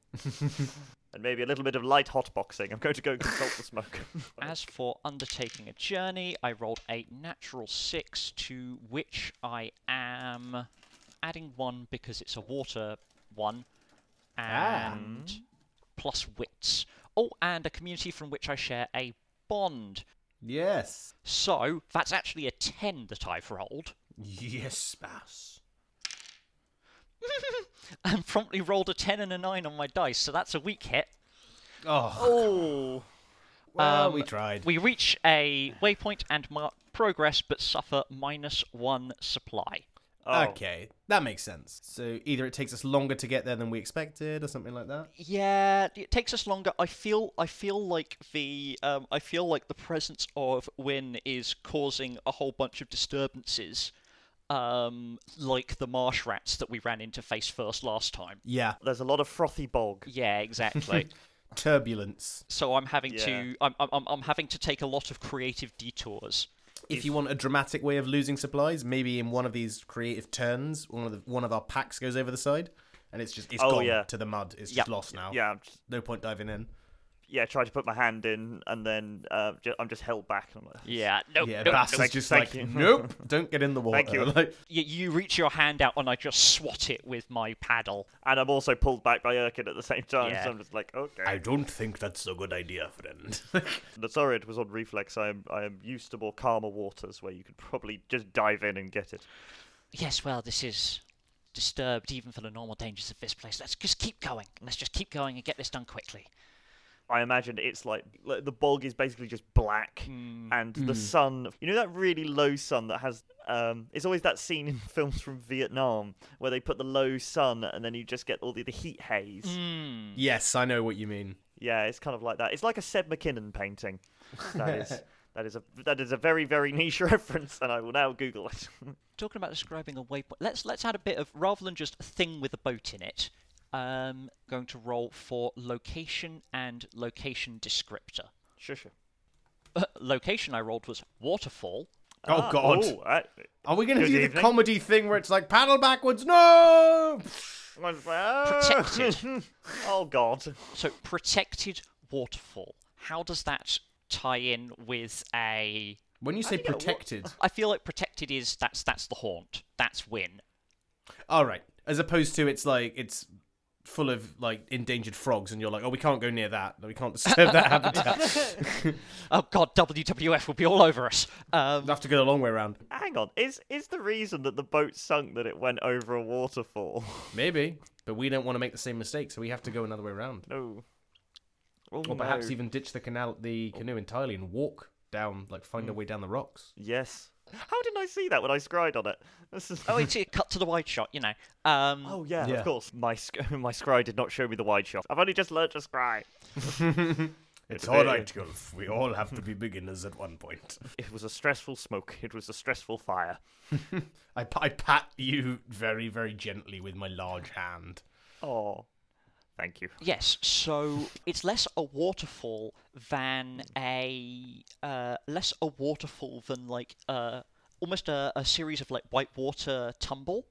[SPEAKER 1] and maybe a little bit of light hot boxing. I'm going to go consult the smoke. [LAUGHS]
[SPEAKER 3] As for undertaking a journey, I rolled a natural six to which I am adding one because it's a water one
[SPEAKER 2] Ah.
[SPEAKER 3] and plus wits. Oh, and a community from which I share a bond.
[SPEAKER 2] Yes,
[SPEAKER 3] So that's actually a ten that I've rolled. [LAUGHS]
[SPEAKER 2] yes, spouse.
[SPEAKER 3] and promptly rolled a ten and a nine on my dice, so that's a weak hit.
[SPEAKER 2] Oh,
[SPEAKER 1] oh,
[SPEAKER 2] well,
[SPEAKER 3] um,
[SPEAKER 2] we tried.
[SPEAKER 3] We reach a waypoint and mark progress, but suffer minus one supply.
[SPEAKER 1] oh,
[SPEAKER 2] Okay, that makes sense. So either it takes us longer to get there than we expected, or something like that.
[SPEAKER 3] Yeah, it takes us longer. I feel, I feel like the, um, I feel like the presence of Win is causing a whole bunch of disturbances, um, like the marsh rats that we ran into face first last time.
[SPEAKER 2] Yeah,
[SPEAKER 1] There's a lot of frothy bog.
[SPEAKER 3] Yeah, [LAUGHS] exactly.
[SPEAKER 2] turbulence.
[SPEAKER 3] so I'm having
[SPEAKER 1] Yeah.
[SPEAKER 3] to, I'm, I'm- I'm, I'm having to take a lot of creative detours.
[SPEAKER 2] If you want a dramatic way of losing supplies, maybe in one of these creative turns, one of the, one of our packs goes over the side, and it's just it's
[SPEAKER 1] Oh,
[SPEAKER 2] gone
[SPEAKER 1] yeah.
[SPEAKER 2] to the mud. It's
[SPEAKER 3] Yeah.
[SPEAKER 2] just lost now.
[SPEAKER 1] Yeah, I'm just-
[SPEAKER 2] no point diving in.
[SPEAKER 1] yeah, tried to put my hand in, and then uh, ju- I'm just held back. And I'm like,
[SPEAKER 3] Yeah, no,
[SPEAKER 2] yeah,
[SPEAKER 3] no,
[SPEAKER 2] Bass
[SPEAKER 1] no,
[SPEAKER 2] is just
[SPEAKER 1] thank
[SPEAKER 2] like,
[SPEAKER 1] you. [LAUGHS]
[SPEAKER 2] nope, don't get in the water.
[SPEAKER 1] Thank you.
[SPEAKER 2] Like,
[SPEAKER 3] you, you reach your hand out and I just swat it with my paddle.
[SPEAKER 1] and I'm also pulled back by Erkin at the same time.
[SPEAKER 3] Yeah.
[SPEAKER 1] So I'm just like, okay.
[SPEAKER 2] [LAUGHS] I don't think that's a good idea, friend.
[SPEAKER 1] No, Sorry, it was on reflex. I am I am used to more calmer waters where you could probably just dive in and get it.
[SPEAKER 3] Yes, well, this is disturbed even for the normal dangers of this place. Let's just keep going. Let's just keep going and get this done quickly.
[SPEAKER 1] I imagine it's like, like the bog is basically just black, and the sun. You know that really low sun that has. Um, it's always that scene in [LAUGHS] films from Vietnam where they put the low sun and then you just get all the, the heat haze.
[SPEAKER 2] [LAUGHS] yes, I know what you mean.
[SPEAKER 1] Yeah, it's kind of like that. It's like a Seb McKinnon painting. That is that is a that is a very very [LAUGHS] niche reference, and I will now Google it. [LAUGHS]
[SPEAKER 3] Talking about describing a waypoint, let's let's add a bit of rather than just a thing with a boat in it. Um, going to roll for location and location descriptor. Uh,
[SPEAKER 1] sure, sure.
[SPEAKER 3] location I rolled was waterfall.
[SPEAKER 2] Oh,
[SPEAKER 1] Ah,
[SPEAKER 2] God.
[SPEAKER 1] oh, I-
[SPEAKER 2] Are we going to
[SPEAKER 1] Good
[SPEAKER 2] do the
[SPEAKER 1] evening.
[SPEAKER 2] comedy thing where it's like, paddle backwards? No!
[SPEAKER 1] Oh.
[SPEAKER 3] Protected.
[SPEAKER 1] [LAUGHS] oh God.
[SPEAKER 3] So protected waterfall. How does that tie in with a?
[SPEAKER 2] When you say
[SPEAKER 1] think I wa-
[SPEAKER 2] protected,
[SPEAKER 3] I feel like protected is that's that's the haunt. That's win.
[SPEAKER 2] all right, as opposed to it's like, it's full of like endangered frogs and you're like, oh, we can't go near that. We can't disturb that habitat.
[SPEAKER 3] Oh God, WWF will be all over us. Um,
[SPEAKER 2] We'll have to go a long way around.
[SPEAKER 1] Hang on. Is is the reason that the boat sunk that it went over a waterfall?
[SPEAKER 2] Maybe, but we don't want to make the same mistake, so we have to go another way around.
[SPEAKER 1] no. Oh,
[SPEAKER 2] Or perhaps
[SPEAKER 1] no.
[SPEAKER 2] even ditch the canal, the canoe entirely and walk down, like find a way down the rocks.
[SPEAKER 1] Yes. How didn't I see that when I scried on it? [LAUGHS] This is.
[SPEAKER 3] oh, it's a cut to the wide shot, you know. Um,
[SPEAKER 1] Oh yeah,
[SPEAKER 2] Yeah.
[SPEAKER 1] of course. My sc- [LAUGHS] my scry did not show me the wide shot. I've only just learnt to scry.
[SPEAKER 2] It's
[SPEAKER 1] all right,
[SPEAKER 2] Gulf. We all have to be beginners at one [LAUGHS] point.
[SPEAKER 1] It was a stressful smoke. It was a stressful fire.
[SPEAKER 2] I, pa- I pat you very, very gently with my large hand.
[SPEAKER 1] Oh, thank you.
[SPEAKER 3] Yes, so it's less a waterfall than a uh, less a waterfall than like uh, almost a, a series of like whitewater tumble,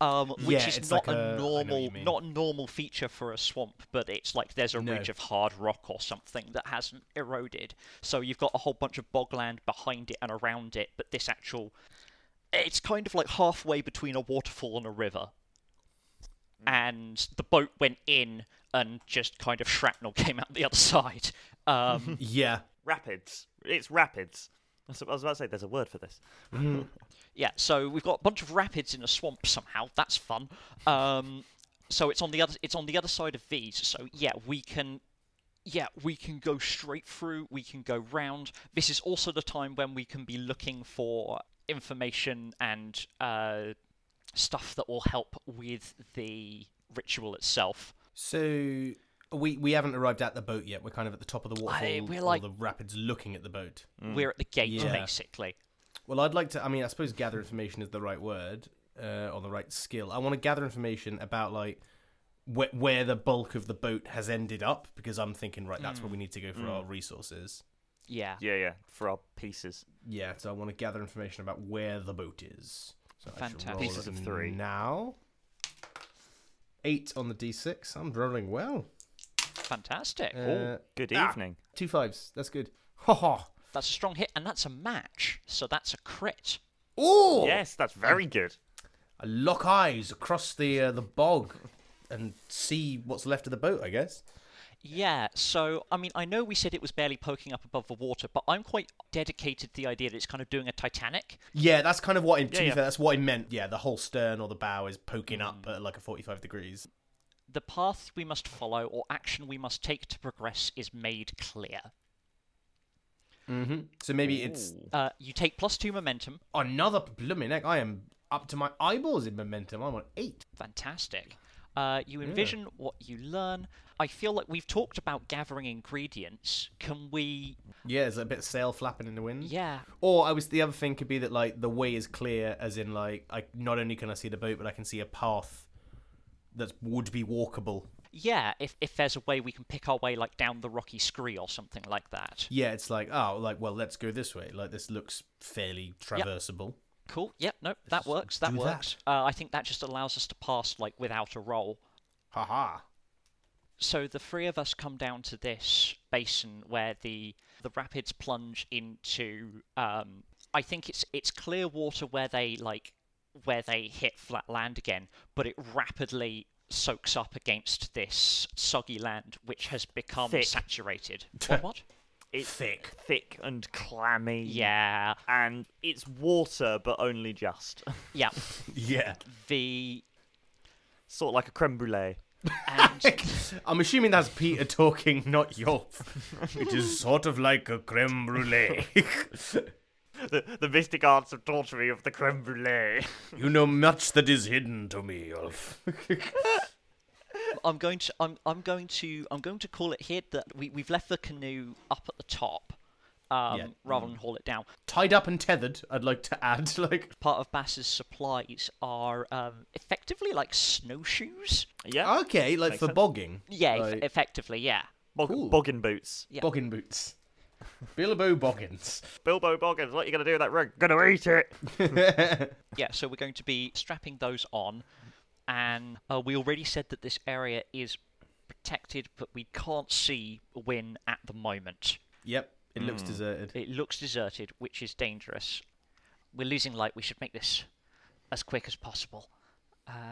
[SPEAKER 3] um, which
[SPEAKER 2] Yeah,
[SPEAKER 3] is
[SPEAKER 2] it's
[SPEAKER 3] not
[SPEAKER 2] like a- I
[SPEAKER 3] a,
[SPEAKER 2] know what you
[SPEAKER 3] normal
[SPEAKER 2] mean.
[SPEAKER 3] not a normal feature for a swamp, but it's like there's a
[SPEAKER 2] No.
[SPEAKER 3] ridge of hard rock or something that hasn't eroded, so you've got a whole bunch of bogland behind it and around it, but this actual it's kind of like halfway between a waterfall and a river. And the boat went in, and just kind of shrapnel [LAUGHS] came out the other side. Um,
[SPEAKER 2] Yeah.
[SPEAKER 1] Rapids. It's rapids. That's what I was about to say. There's a word for this.
[SPEAKER 3] yeah, so we've got a bunch of rapids in a swamp somehow. That's fun. Um, so it's on the other it's on the other side of these. So yeah, we can yeah we can go straight through. We can go round. This is also the time when we can be looking for information and uh, stuff that will help with the ritual itself.
[SPEAKER 2] So we we haven't arrived at the boat yet. We're kind of at the top of the waterfall
[SPEAKER 3] I- we're
[SPEAKER 2] or
[SPEAKER 3] like-
[SPEAKER 2] the rapids looking at the boat.
[SPEAKER 3] We're at the gate
[SPEAKER 2] Yeah.
[SPEAKER 3] basically.
[SPEAKER 2] Well, I'd like to. I mean, I suppose gather information is the right word uh, or the right skill. I want to gather information about like wh- where the bulk of the boat has ended up because I'm thinking right, that's where
[SPEAKER 3] Mm.
[SPEAKER 2] we need to go
[SPEAKER 1] Mm.
[SPEAKER 2] for our resources.
[SPEAKER 3] Yeah.
[SPEAKER 1] Yeah, yeah. For our pieces.
[SPEAKER 2] Yeah, so I want to gather information about where the boat is. So I should
[SPEAKER 3] Fantastic.
[SPEAKER 2] roll
[SPEAKER 1] Pieces
[SPEAKER 2] it
[SPEAKER 1] of three.
[SPEAKER 2] now. Eight on the d6. I'm rolling well.
[SPEAKER 3] Fantastic.
[SPEAKER 2] Uh,
[SPEAKER 1] Oh, Good
[SPEAKER 2] ah,
[SPEAKER 1] evening.
[SPEAKER 2] Two fives. That's good. Ha ha.
[SPEAKER 3] That's a strong hit, and that's a match. So that's a crit.
[SPEAKER 2] Ooh!
[SPEAKER 1] Yes, that's very good.
[SPEAKER 2] I lock eyes across the uh, the bog and see what's left of the boat. I guess.
[SPEAKER 3] Yeah, so, I mean, I know we said it was barely poking up above the water, but I'm quite dedicated to the idea that it's kind of doing a Titanic.
[SPEAKER 2] Yeah, that's kind of what. It, to be
[SPEAKER 1] yeah.
[SPEAKER 2] fair, that's what it meant. Yeah, the whole stern or the bow is poking up at like a forty-five degrees.
[SPEAKER 3] The path we must follow or action we must take to progress is made clear.
[SPEAKER 2] Mm-hmm. So maybe it's
[SPEAKER 3] Uh, you take plus two momentum.
[SPEAKER 2] another blooming egg. I am up to my eyeballs in momentum. I'm on eight.
[SPEAKER 3] Fantastic. Uh, you envision what you learn. I feel like we've talked about gathering ingredients. Can we.
[SPEAKER 2] Yeah, there's a bit of sail flapping in the wind.
[SPEAKER 3] Yeah.
[SPEAKER 2] Or I was the other thing could be that like the way is clear, as in like I not only can I see the boat, but I can see a path that would be walkable.
[SPEAKER 3] Yeah, if, if there's a way we can pick our way like down the rocky scree or something like that.
[SPEAKER 2] Yeah, it's like oh, like well, let's go this way. Like this looks fairly traversable.
[SPEAKER 3] Cool. Yep. No, that works. That
[SPEAKER 2] do that.
[SPEAKER 3] works. Uh, I think that just allows us to pass like without a roll.
[SPEAKER 2] Haha.
[SPEAKER 3] So the three of us come down to this basin where the the rapids plunge into. Um, I think it's it's clear water where they like where they hit flat land again, but it rapidly soaks up against this soggy land which has become
[SPEAKER 1] Thick.
[SPEAKER 2] [LAUGHS]
[SPEAKER 3] saturated. What? what?
[SPEAKER 1] It's
[SPEAKER 2] Thick.
[SPEAKER 1] thick and clammy.
[SPEAKER 3] Yeah,
[SPEAKER 1] and it's water, but only just. [LAUGHS]
[SPEAKER 3] yeah.
[SPEAKER 2] Yeah.
[SPEAKER 3] The
[SPEAKER 1] sort of like a creme brulee.
[SPEAKER 2] [LAUGHS]
[SPEAKER 3] and
[SPEAKER 2] I'm assuming that's Peter talking, not Yolf. it is sort of like a creme brulee.
[SPEAKER 1] The, the mystic arts of torturing of the creme brulee.
[SPEAKER 2] [LAUGHS] you know much that is hidden to me, Yolf.
[SPEAKER 3] I'm going to I'm I'm going to I'm going to call it here that we we've left the canoe up at the top, um,
[SPEAKER 2] Yeah.
[SPEAKER 3] rather than haul it down.
[SPEAKER 2] Tied up and tethered, I'd like to add. [LAUGHS] Like,
[SPEAKER 3] Part of Bass's supplies are um, effectively like snowshoes.
[SPEAKER 1] Yeah,
[SPEAKER 2] okay, like for
[SPEAKER 1] sense.
[SPEAKER 2] bogging.
[SPEAKER 3] Yeah, eff-
[SPEAKER 2] Like,
[SPEAKER 3] effectively, yeah.
[SPEAKER 1] Bog-
[SPEAKER 2] cool.
[SPEAKER 1] boggin boots.
[SPEAKER 3] yeah.
[SPEAKER 2] bogging boots. Bilbo boggins.
[SPEAKER 1] Bilbo Boggins, what you gonna do with that rug? Gonna eat it.
[SPEAKER 3] Yeah, so we're going to be strapping those on, and uh, we already said that this area is protected, but we can't see Wynn at the moment.
[SPEAKER 2] Yep, it looks deserted.
[SPEAKER 3] It looks deserted, which is dangerous. We're losing light. We should make this as quick as possible.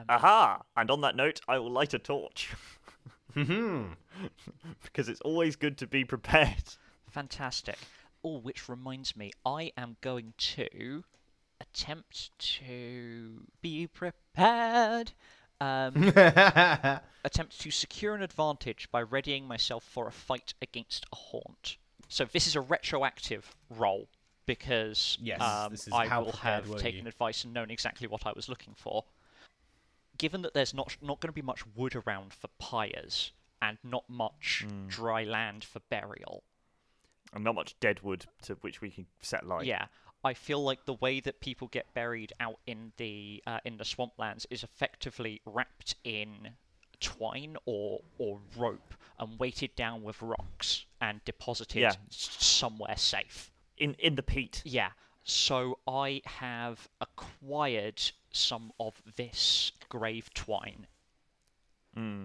[SPEAKER 1] Aha! And on that note, I will light a torch. [LAUGHS] because it's always good to be prepared.
[SPEAKER 3] Fantastic. Oh, which reminds me, I am going to attempt to be prepared. Um,
[SPEAKER 2] [LAUGHS]
[SPEAKER 3] attempt to secure an advantage by readying myself for a fight against a haunt. So this is a retroactive roll because
[SPEAKER 2] Yes,
[SPEAKER 3] um,
[SPEAKER 2] this is
[SPEAKER 3] I
[SPEAKER 2] how
[SPEAKER 3] will
[SPEAKER 2] prepared
[SPEAKER 3] have
[SPEAKER 2] were
[SPEAKER 3] taken
[SPEAKER 2] you.
[SPEAKER 3] advice and known exactly what I was looking for. Given that there's not not going to be much wood around for pyres and not much
[SPEAKER 2] Mm.
[SPEAKER 3] dry land for burial,
[SPEAKER 1] And not much dead wood to which we can set light.
[SPEAKER 3] Yeah, I feel like the way that people get buried out in the uh, in the swamplands is effectively wrapped in twine or or rope and weighted down with rocks and deposited
[SPEAKER 1] Yeah.
[SPEAKER 3] s- somewhere safe.
[SPEAKER 1] In in the peat.
[SPEAKER 3] Yeah. So I have acquired some of this grave twine,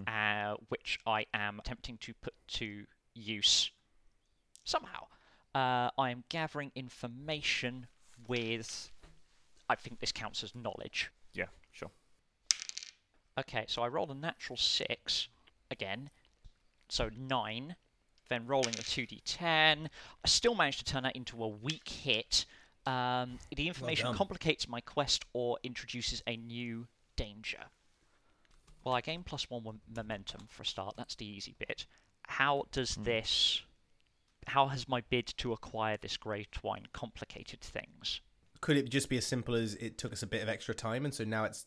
[SPEAKER 3] uh, which I am attempting to put to use somehow. Uh, I am gathering information with. I think this counts as knowledge.
[SPEAKER 1] Yeah, sure.
[SPEAKER 3] Okay, so I rolled a natural six again, so nine, then rolling the 2d10. I still managed to turn that into a weak hit. Um, the information
[SPEAKER 2] done.
[SPEAKER 3] complicates my quest or introduces a new danger. Well, I gain plus one mo- momentum for a start. That's the easy bit. How does
[SPEAKER 2] Hmm.
[SPEAKER 3] this. How has my bid to acquire this grey twine complicated things?
[SPEAKER 2] Could it just be as simple as it took us a bit of extra time and so now it's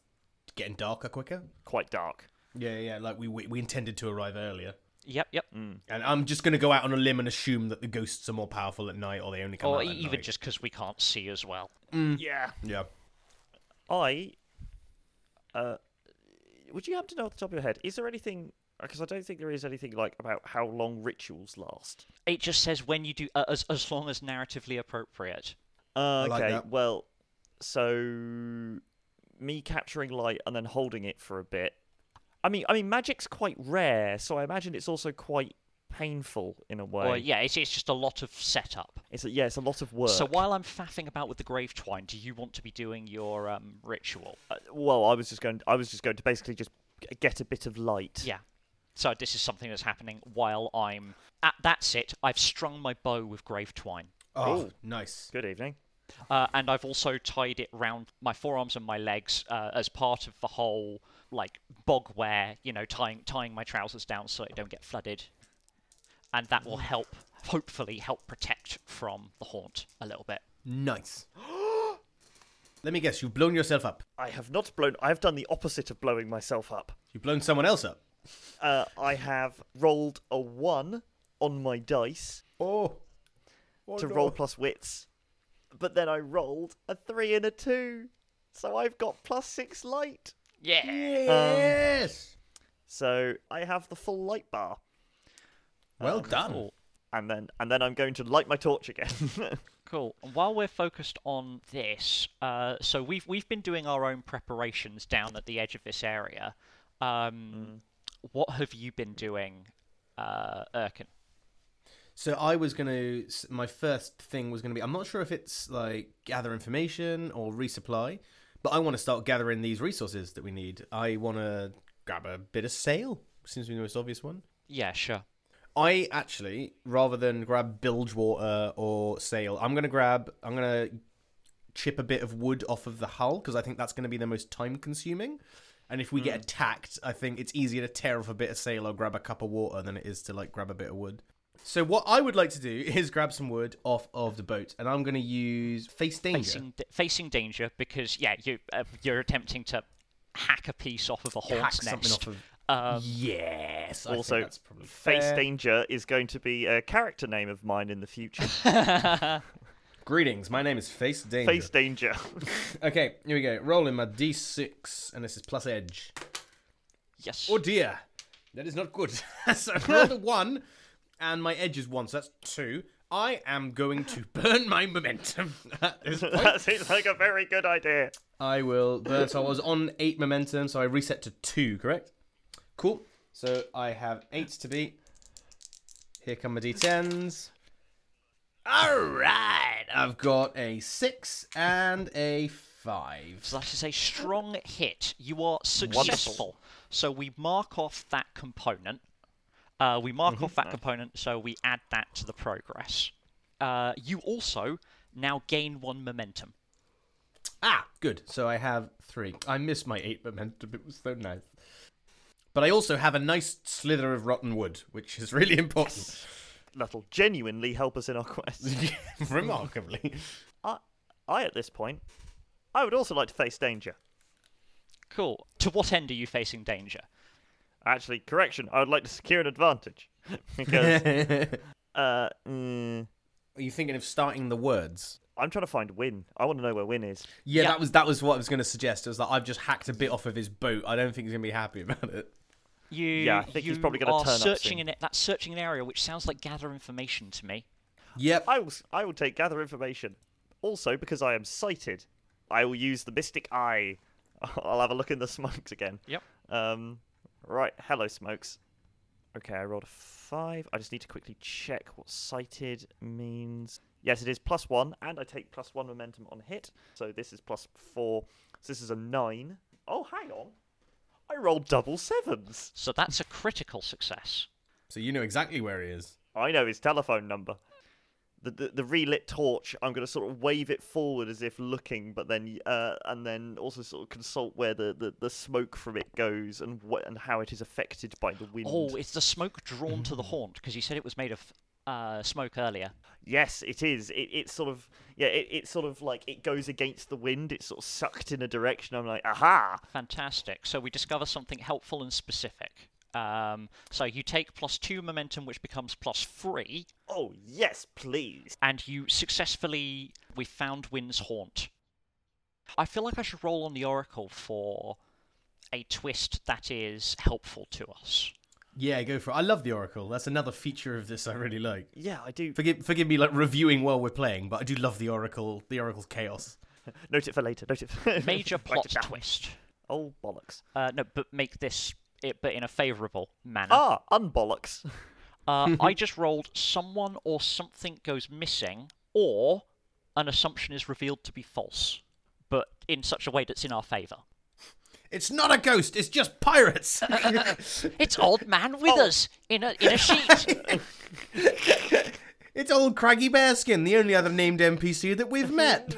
[SPEAKER 2] getting darker quicker?
[SPEAKER 1] Quite dark.
[SPEAKER 2] Yeah, yeah, like we, we, we intended to arrive earlier.
[SPEAKER 3] Yep, yep.
[SPEAKER 2] And I'm just going to go out on a limb and assume that the ghosts are more powerful at night or they only come
[SPEAKER 3] Or
[SPEAKER 2] out
[SPEAKER 3] e-
[SPEAKER 2] at
[SPEAKER 3] even
[SPEAKER 2] night.
[SPEAKER 3] just because we can't see as well.
[SPEAKER 1] Yeah.
[SPEAKER 2] Yeah.
[SPEAKER 1] I. Uh, would you happen to know off the top of your head? Is there anything? Because I don't think there is anything like about how long rituals last.
[SPEAKER 3] It just says when you do, uh, as as long as narratively appropriate.
[SPEAKER 1] Uh,
[SPEAKER 2] like
[SPEAKER 1] okay.
[SPEAKER 2] that.
[SPEAKER 1] Well, so me capturing light and then holding it for a bit. I mean, I mean, magic's quite rare, so I imagine it's also quite painful in a way.
[SPEAKER 3] Or yeah, it's it's just a lot of setup.
[SPEAKER 1] It's a, yeah, it's a lot of work.
[SPEAKER 3] So while I'm faffing about with the grave twine, do you want to be doing your um, ritual?
[SPEAKER 1] Uh, well, I was just going. I was just going to basically just g- get a bit of light.
[SPEAKER 3] Yeah. So this is something that's happening while I'm. At, that's it. I've strung my bow with grave twine,
[SPEAKER 2] Oh, nice.
[SPEAKER 1] Good evening.
[SPEAKER 3] uh, and I've also tied it round my forearms and my legs uh, as part of the whole like bog wear. You know, tying tying my trousers down so they don't get flooded, and that will help. Hopefully, help protect from the haunt a little bit.
[SPEAKER 2] Nice. [GASPS] Let me guess, you've blown yourself up.
[SPEAKER 1] I have not blown. I have done the opposite of blowing myself up.
[SPEAKER 2] You've blown someone else up.
[SPEAKER 1] Uh, I have rolled a one on my dice
[SPEAKER 2] Oh.
[SPEAKER 1] to roll plus wits, but then I rolled a three and a two, so I've got plus six light.
[SPEAKER 3] Yeah.
[SPEAKER 2] Yes.
[SPEAKER 1] So I have the full light bar,
[SPEAKER 2] well done.
[SPEAKER 3] Uh, Cool.
[SPEAKER 1] and then and then I'm going to light my torch again. [LAUGHS]
[SPEAKER 3] Cool. And while we're focused on this, uh, so we've we've been doing our own preparations down at the edge of this area. Um, what have you been doing, uh, Erkin?
[SPEAKER 2] So I was going to. My first thing was going to be. I'm not sure if it's like gather information or resupply, but I want to start gathering these resources that we need. I want to grab a bit of sail. Seems to be the most obvious one.
[SPEAKER 3] Yeah, sure.
[SPEAKER 2] I actually, rather than grab bilgewater or sail, I'm going to grab. I'm going to chip a bit of wood off of the hull because I think that's going to be the most time consuming. And if we
[SPEAKER 1] Hmm.
[SPEAKER 2] get attacked, I think it's easier to tear off a bit of sail or grab a cup of water than it is to like grab a bit of wood. So what I would like to do [LAUGHS] is grab some wood off of the boat, and I'm going to use face danger.
[SPEAKER 3] Facing da- facing danger because yeah, you uh, you're attempting to hack a piece off of a hornet's
[SPEAKER 2] Hack
[SPEAKER 3] nest.
[SPEAKER 2] something
[SPEAKER 3] Um,
[SPEAKER 2] yes. I
[SPEAKER 1] also,
[SPEAKER 2] think that's probably
[SPEAKER 1] Face
[SPEAKER 2] fair.
[SPEAKER 1] Danger is going to be a character name of mine in the future.
[SPEAKER 2] Greetings. My name is Face Danger.
[SPEAKER 1] Face Danger. [LAUGHS]
[SPEAKER 2] Okay, here we go. Rolling my d6, and this is plus edge.
[SPEAKER 3] yes.
[SPEAKER 2] Oh dear, that is not good. [LAUGHS] so I rolled a one, and my edge is one, so that's two. I am going to [LAUGHS] burn my momentum [LAUGHS] at this point.
[SPEAKER 1] that seems like a very good idea.
[SPEAKER 2] I will burn. So I was on eight momentum, so I reset to two, correct? Cool. So I have eight to beat. Here come my d10s. All right, I've got a six and a five.
[SPEAKER 3] So that is a strong hit. You are successful. So we mark off that component. Uh, we mark
[SPEAKER 1] Mm-hmm.
[SPEAKER 3] off that component, so we add that to the progress. Uh, you also now gain one momentum.
[SPEAKER 2] Ah, good. So I have three. I missed my eight momentum. It was so nice. But I also have a nice slither of rotten wood, which is really important. [LAUGHS]
[SPEAKER 1] That'll genuinely help us in our quest.
[SPEAKER 2] Remarkably.
[SPEAKER 1] I, I, at this point, I would also like to face danger.
[SPEAKER 3] Cool. To what end are you facing danger?
[SPEAKER 1] Actually, correction, I would like to secure an advantage. [LAUGHS] because,
[SPEAKER 2] Are
[SPEAKER 1] uh, mm,
[SPEAKER 2] you thinking of starting the words?
[SPEAKER 1] I'm trying to find Win. I want to know where Win is.
[SPEAKER 2] Yeah,
[SPEAKER 3] Yeah.
[SPEAKER 2] that was that was what I was going to suggest. It was like I've just hacked a bit off of his boat. I don't think he's going to be happy about it.
[SPEAKER 3] You,
[SPEAKER 1] Yeah, I think he's
[SPEAKER 3] you
[SPEAKER 1] probably gonna
[SPEAKER 3] are
[SPEAKER 1] turn up
[SPEAKER 3] searching
[SPEAKER 1] soon.
[SPEAKER 3] in it. That's searching an area, which sounds like gather information to me.
[SPEAKER 2] Yep.
[SPEAKER 1] I will, s- I will take gather information. Also, because I am sighted, I will use the Mystic Eye. [LAUGHS] I'll have a look in the smokes again.
[SPEAKER 3] Yep.
[SPEAKER 1] Um, right, hello, smokes. Okay, I rolled a five. I just need to quickly check what sighted means. Yes, it is plus one, and I take plus one momentum on hit. So this is plus four. So this is a nine. Oh, hang on. I rolled double sevens.
[SPEAKER 3] So that's a critical success.
[SPEAKER 2] So you know exactly where he is.
[SPEAKER 1] I know his telephone number. The, the, the relit torch. I'm going to sort of wave it forward as if looking, but then uh, and then also sort of consult where the, the, the smoke from it goes and what and how it is affected by the wind.
[SPEAKER 3] Oh, it's the smoke drawn to the haunt because you said it was made of uh, smoke earlier.
[SPEAKER 1] Yes, it is. It, it's sort of yeah. It, it's sort of like it goes against the wind. It's sort of sucked in a direction. I'm like, aha!
[SPEAKER 3] Fantastic. So we discover something helpful and specific. Um, so you take plus two momentum, which becomes plus three,
[SPEAKER 1] Oh yes, please.
[SPEAKER 3] and you successfully we found Wind's haunt. I feel like I should roll on the oracle for a twist that is helpful to us.
[SPEAKER 2] Yeah, go for it. I love the Oracle. That's another feature of this I really like.
[SPEAKER 1] Yeah, I do.
[SPEAKER 2] Forgive forgive me like reviewing while we're playing, but I do love the Oracle. The Oracle's chaos.
[SPEAKER 1] Note it for later. Note it. For... [LAUGHS]
[SPEAKER 3] Major
[SPEAKER 1] Write it
[SPEAKER 3] plot
[SPEAKER 1] down.
[SPEAKER 3] twist.
[SPEAKER 1] Oh bollocks.
[SPEAKER 3] Uh, no, but make this it, but in a favourable manner.
[SPEAKER 1] Ah, unbollocks.
[SPEAKER 3] Uh, I just rolled someone or something goes missing, or an assumption is revealed to be false, but in such a way that's in our favour.
[SPEAKER 2] It's not a ghost. It's just [LAUGHS] pirates.
[SPEAKER 3] It's old man Withers in a in a sheet.
[SPEAKER 2] it's old Craggy Bearskin, the only other named NPC that we've met.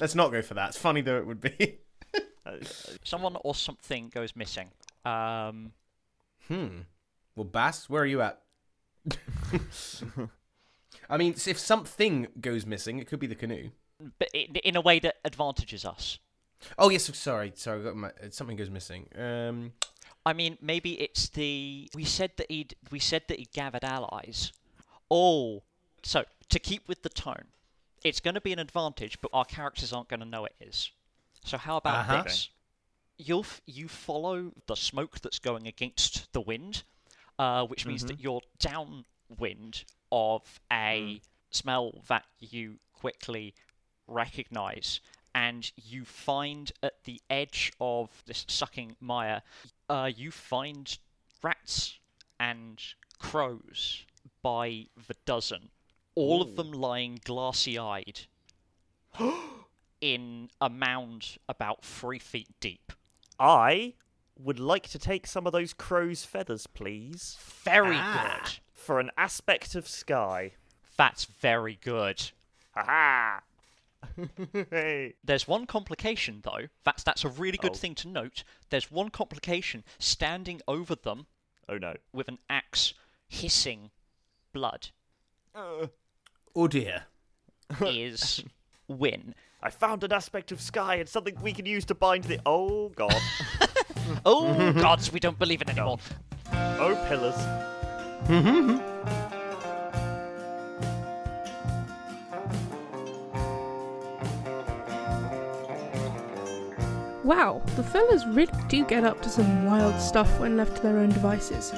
[SPEAKER 2] Let's not go for that. It's funny though it would be.
[SPEAKER 3] someone or something goes missing. Um,
[SPEAKER 2] Hmm. Well, Bass, where are you at? I mean, if something goes missing, it could be the canoe.
[SPEAKER 3] but in, in a way that advantages us.
[SPEAKER 2] Oh yes, sorry, sorry, I got my, uh, something goes missing. Um,
[SPEAKER 3] I mean, maybe it's the we said that he'd we said that he gathered allies. Oh, so to keep with the tone, it's going to be an advantage, but our characters aren't going to know it is. So how about
[SPEAKER 2] Uh-huh.
[SPEAKER 3] this? You'll f- you follow the smoke that's going against the wind, uh, which means that you're downwind of a smell that you quickly recognize, and you find at the edge of this sucking mire uh, you find rats and crows by the dozen, all of them lying glassy eyed in a mound about three feet deep.
[SPEAKER 1] I would like to take some of those crow's feathers, please,
[SPEAKER 3] Very
[SPEAKER 2] Ah.
[SPEAKER 3] good.
[SPEAKER 1] for an aspect of sky.
[SPEAKER 3] That's very good.
[SPEAKER 1] Ha ha! [LAUGHS] hey.
[SPEAKER 3] There's one complication though. That's that's a really good
[SPEAKER 1] Oh.
[SPEAKER 3] thing to note. There's one complication. Standing over them
[SPEAKER 1] Oh no.
[SPEAKER 3] with an axe, hissing blood
[SPEAKER 2] Oh dear.
[SPEAKER 3] is Win.
[SPEAKER 1] I found an aspect of sky and something we can use to bind the. Oh god.
[SPEAKER 3] Oh gods, we don't believe it anymore.
[SPEAKER 1] oh pillars.
[SPEAKER 4] Wow, the fellas really do get up to some wild stuff when left to their own devices.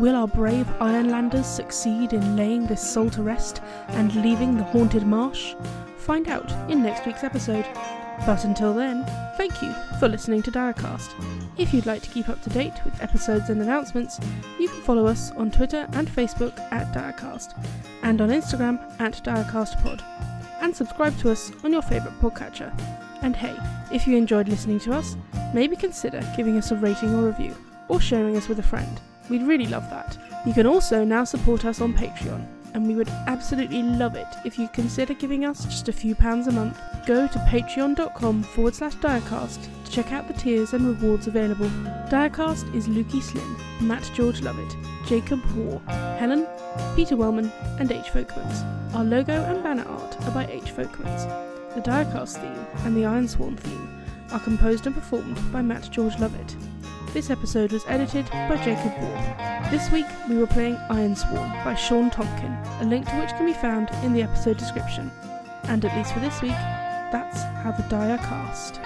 [SPEAKER 4] Will our brave Ironlanders succeed in laying this soul to rest and leaving the haunted marsh? Find out in next week's episode. But until then, thank you for listening to Diacast. If you'd like to keep up to date with episodes and announcements, you can follow us on Twitter and Facebook at Diacast, and on Instagram at DiacastPod, and subscribe to us on your favourite podcatcher. And hey, if you enjoyed listening to us, maybe consider giving us a rating or review, or sharing us with a friend. We'd really love that. You can also now support us on Patreon, and we would absolutely love it if you consider giving us just a few pounds a month. Go to patreon.com forward slash Diacast to check out the tiers and rewards available. Diacast is Lukey Slim, Matt George Lovett, Jacob Hoare, Helen, Peter Wellman, and H. Folkmans. Our logo and banner art are by H. Folkmans. The Diacast theme and the Iron Swarm theme are composed and performed by Matt George Lovett. This episode was edited by Jacob Ward. This week we were playing Iron Swarm by Sean Tompkin, a link to which can be found in the episode description. And at least for this week, that's how the Dia cast.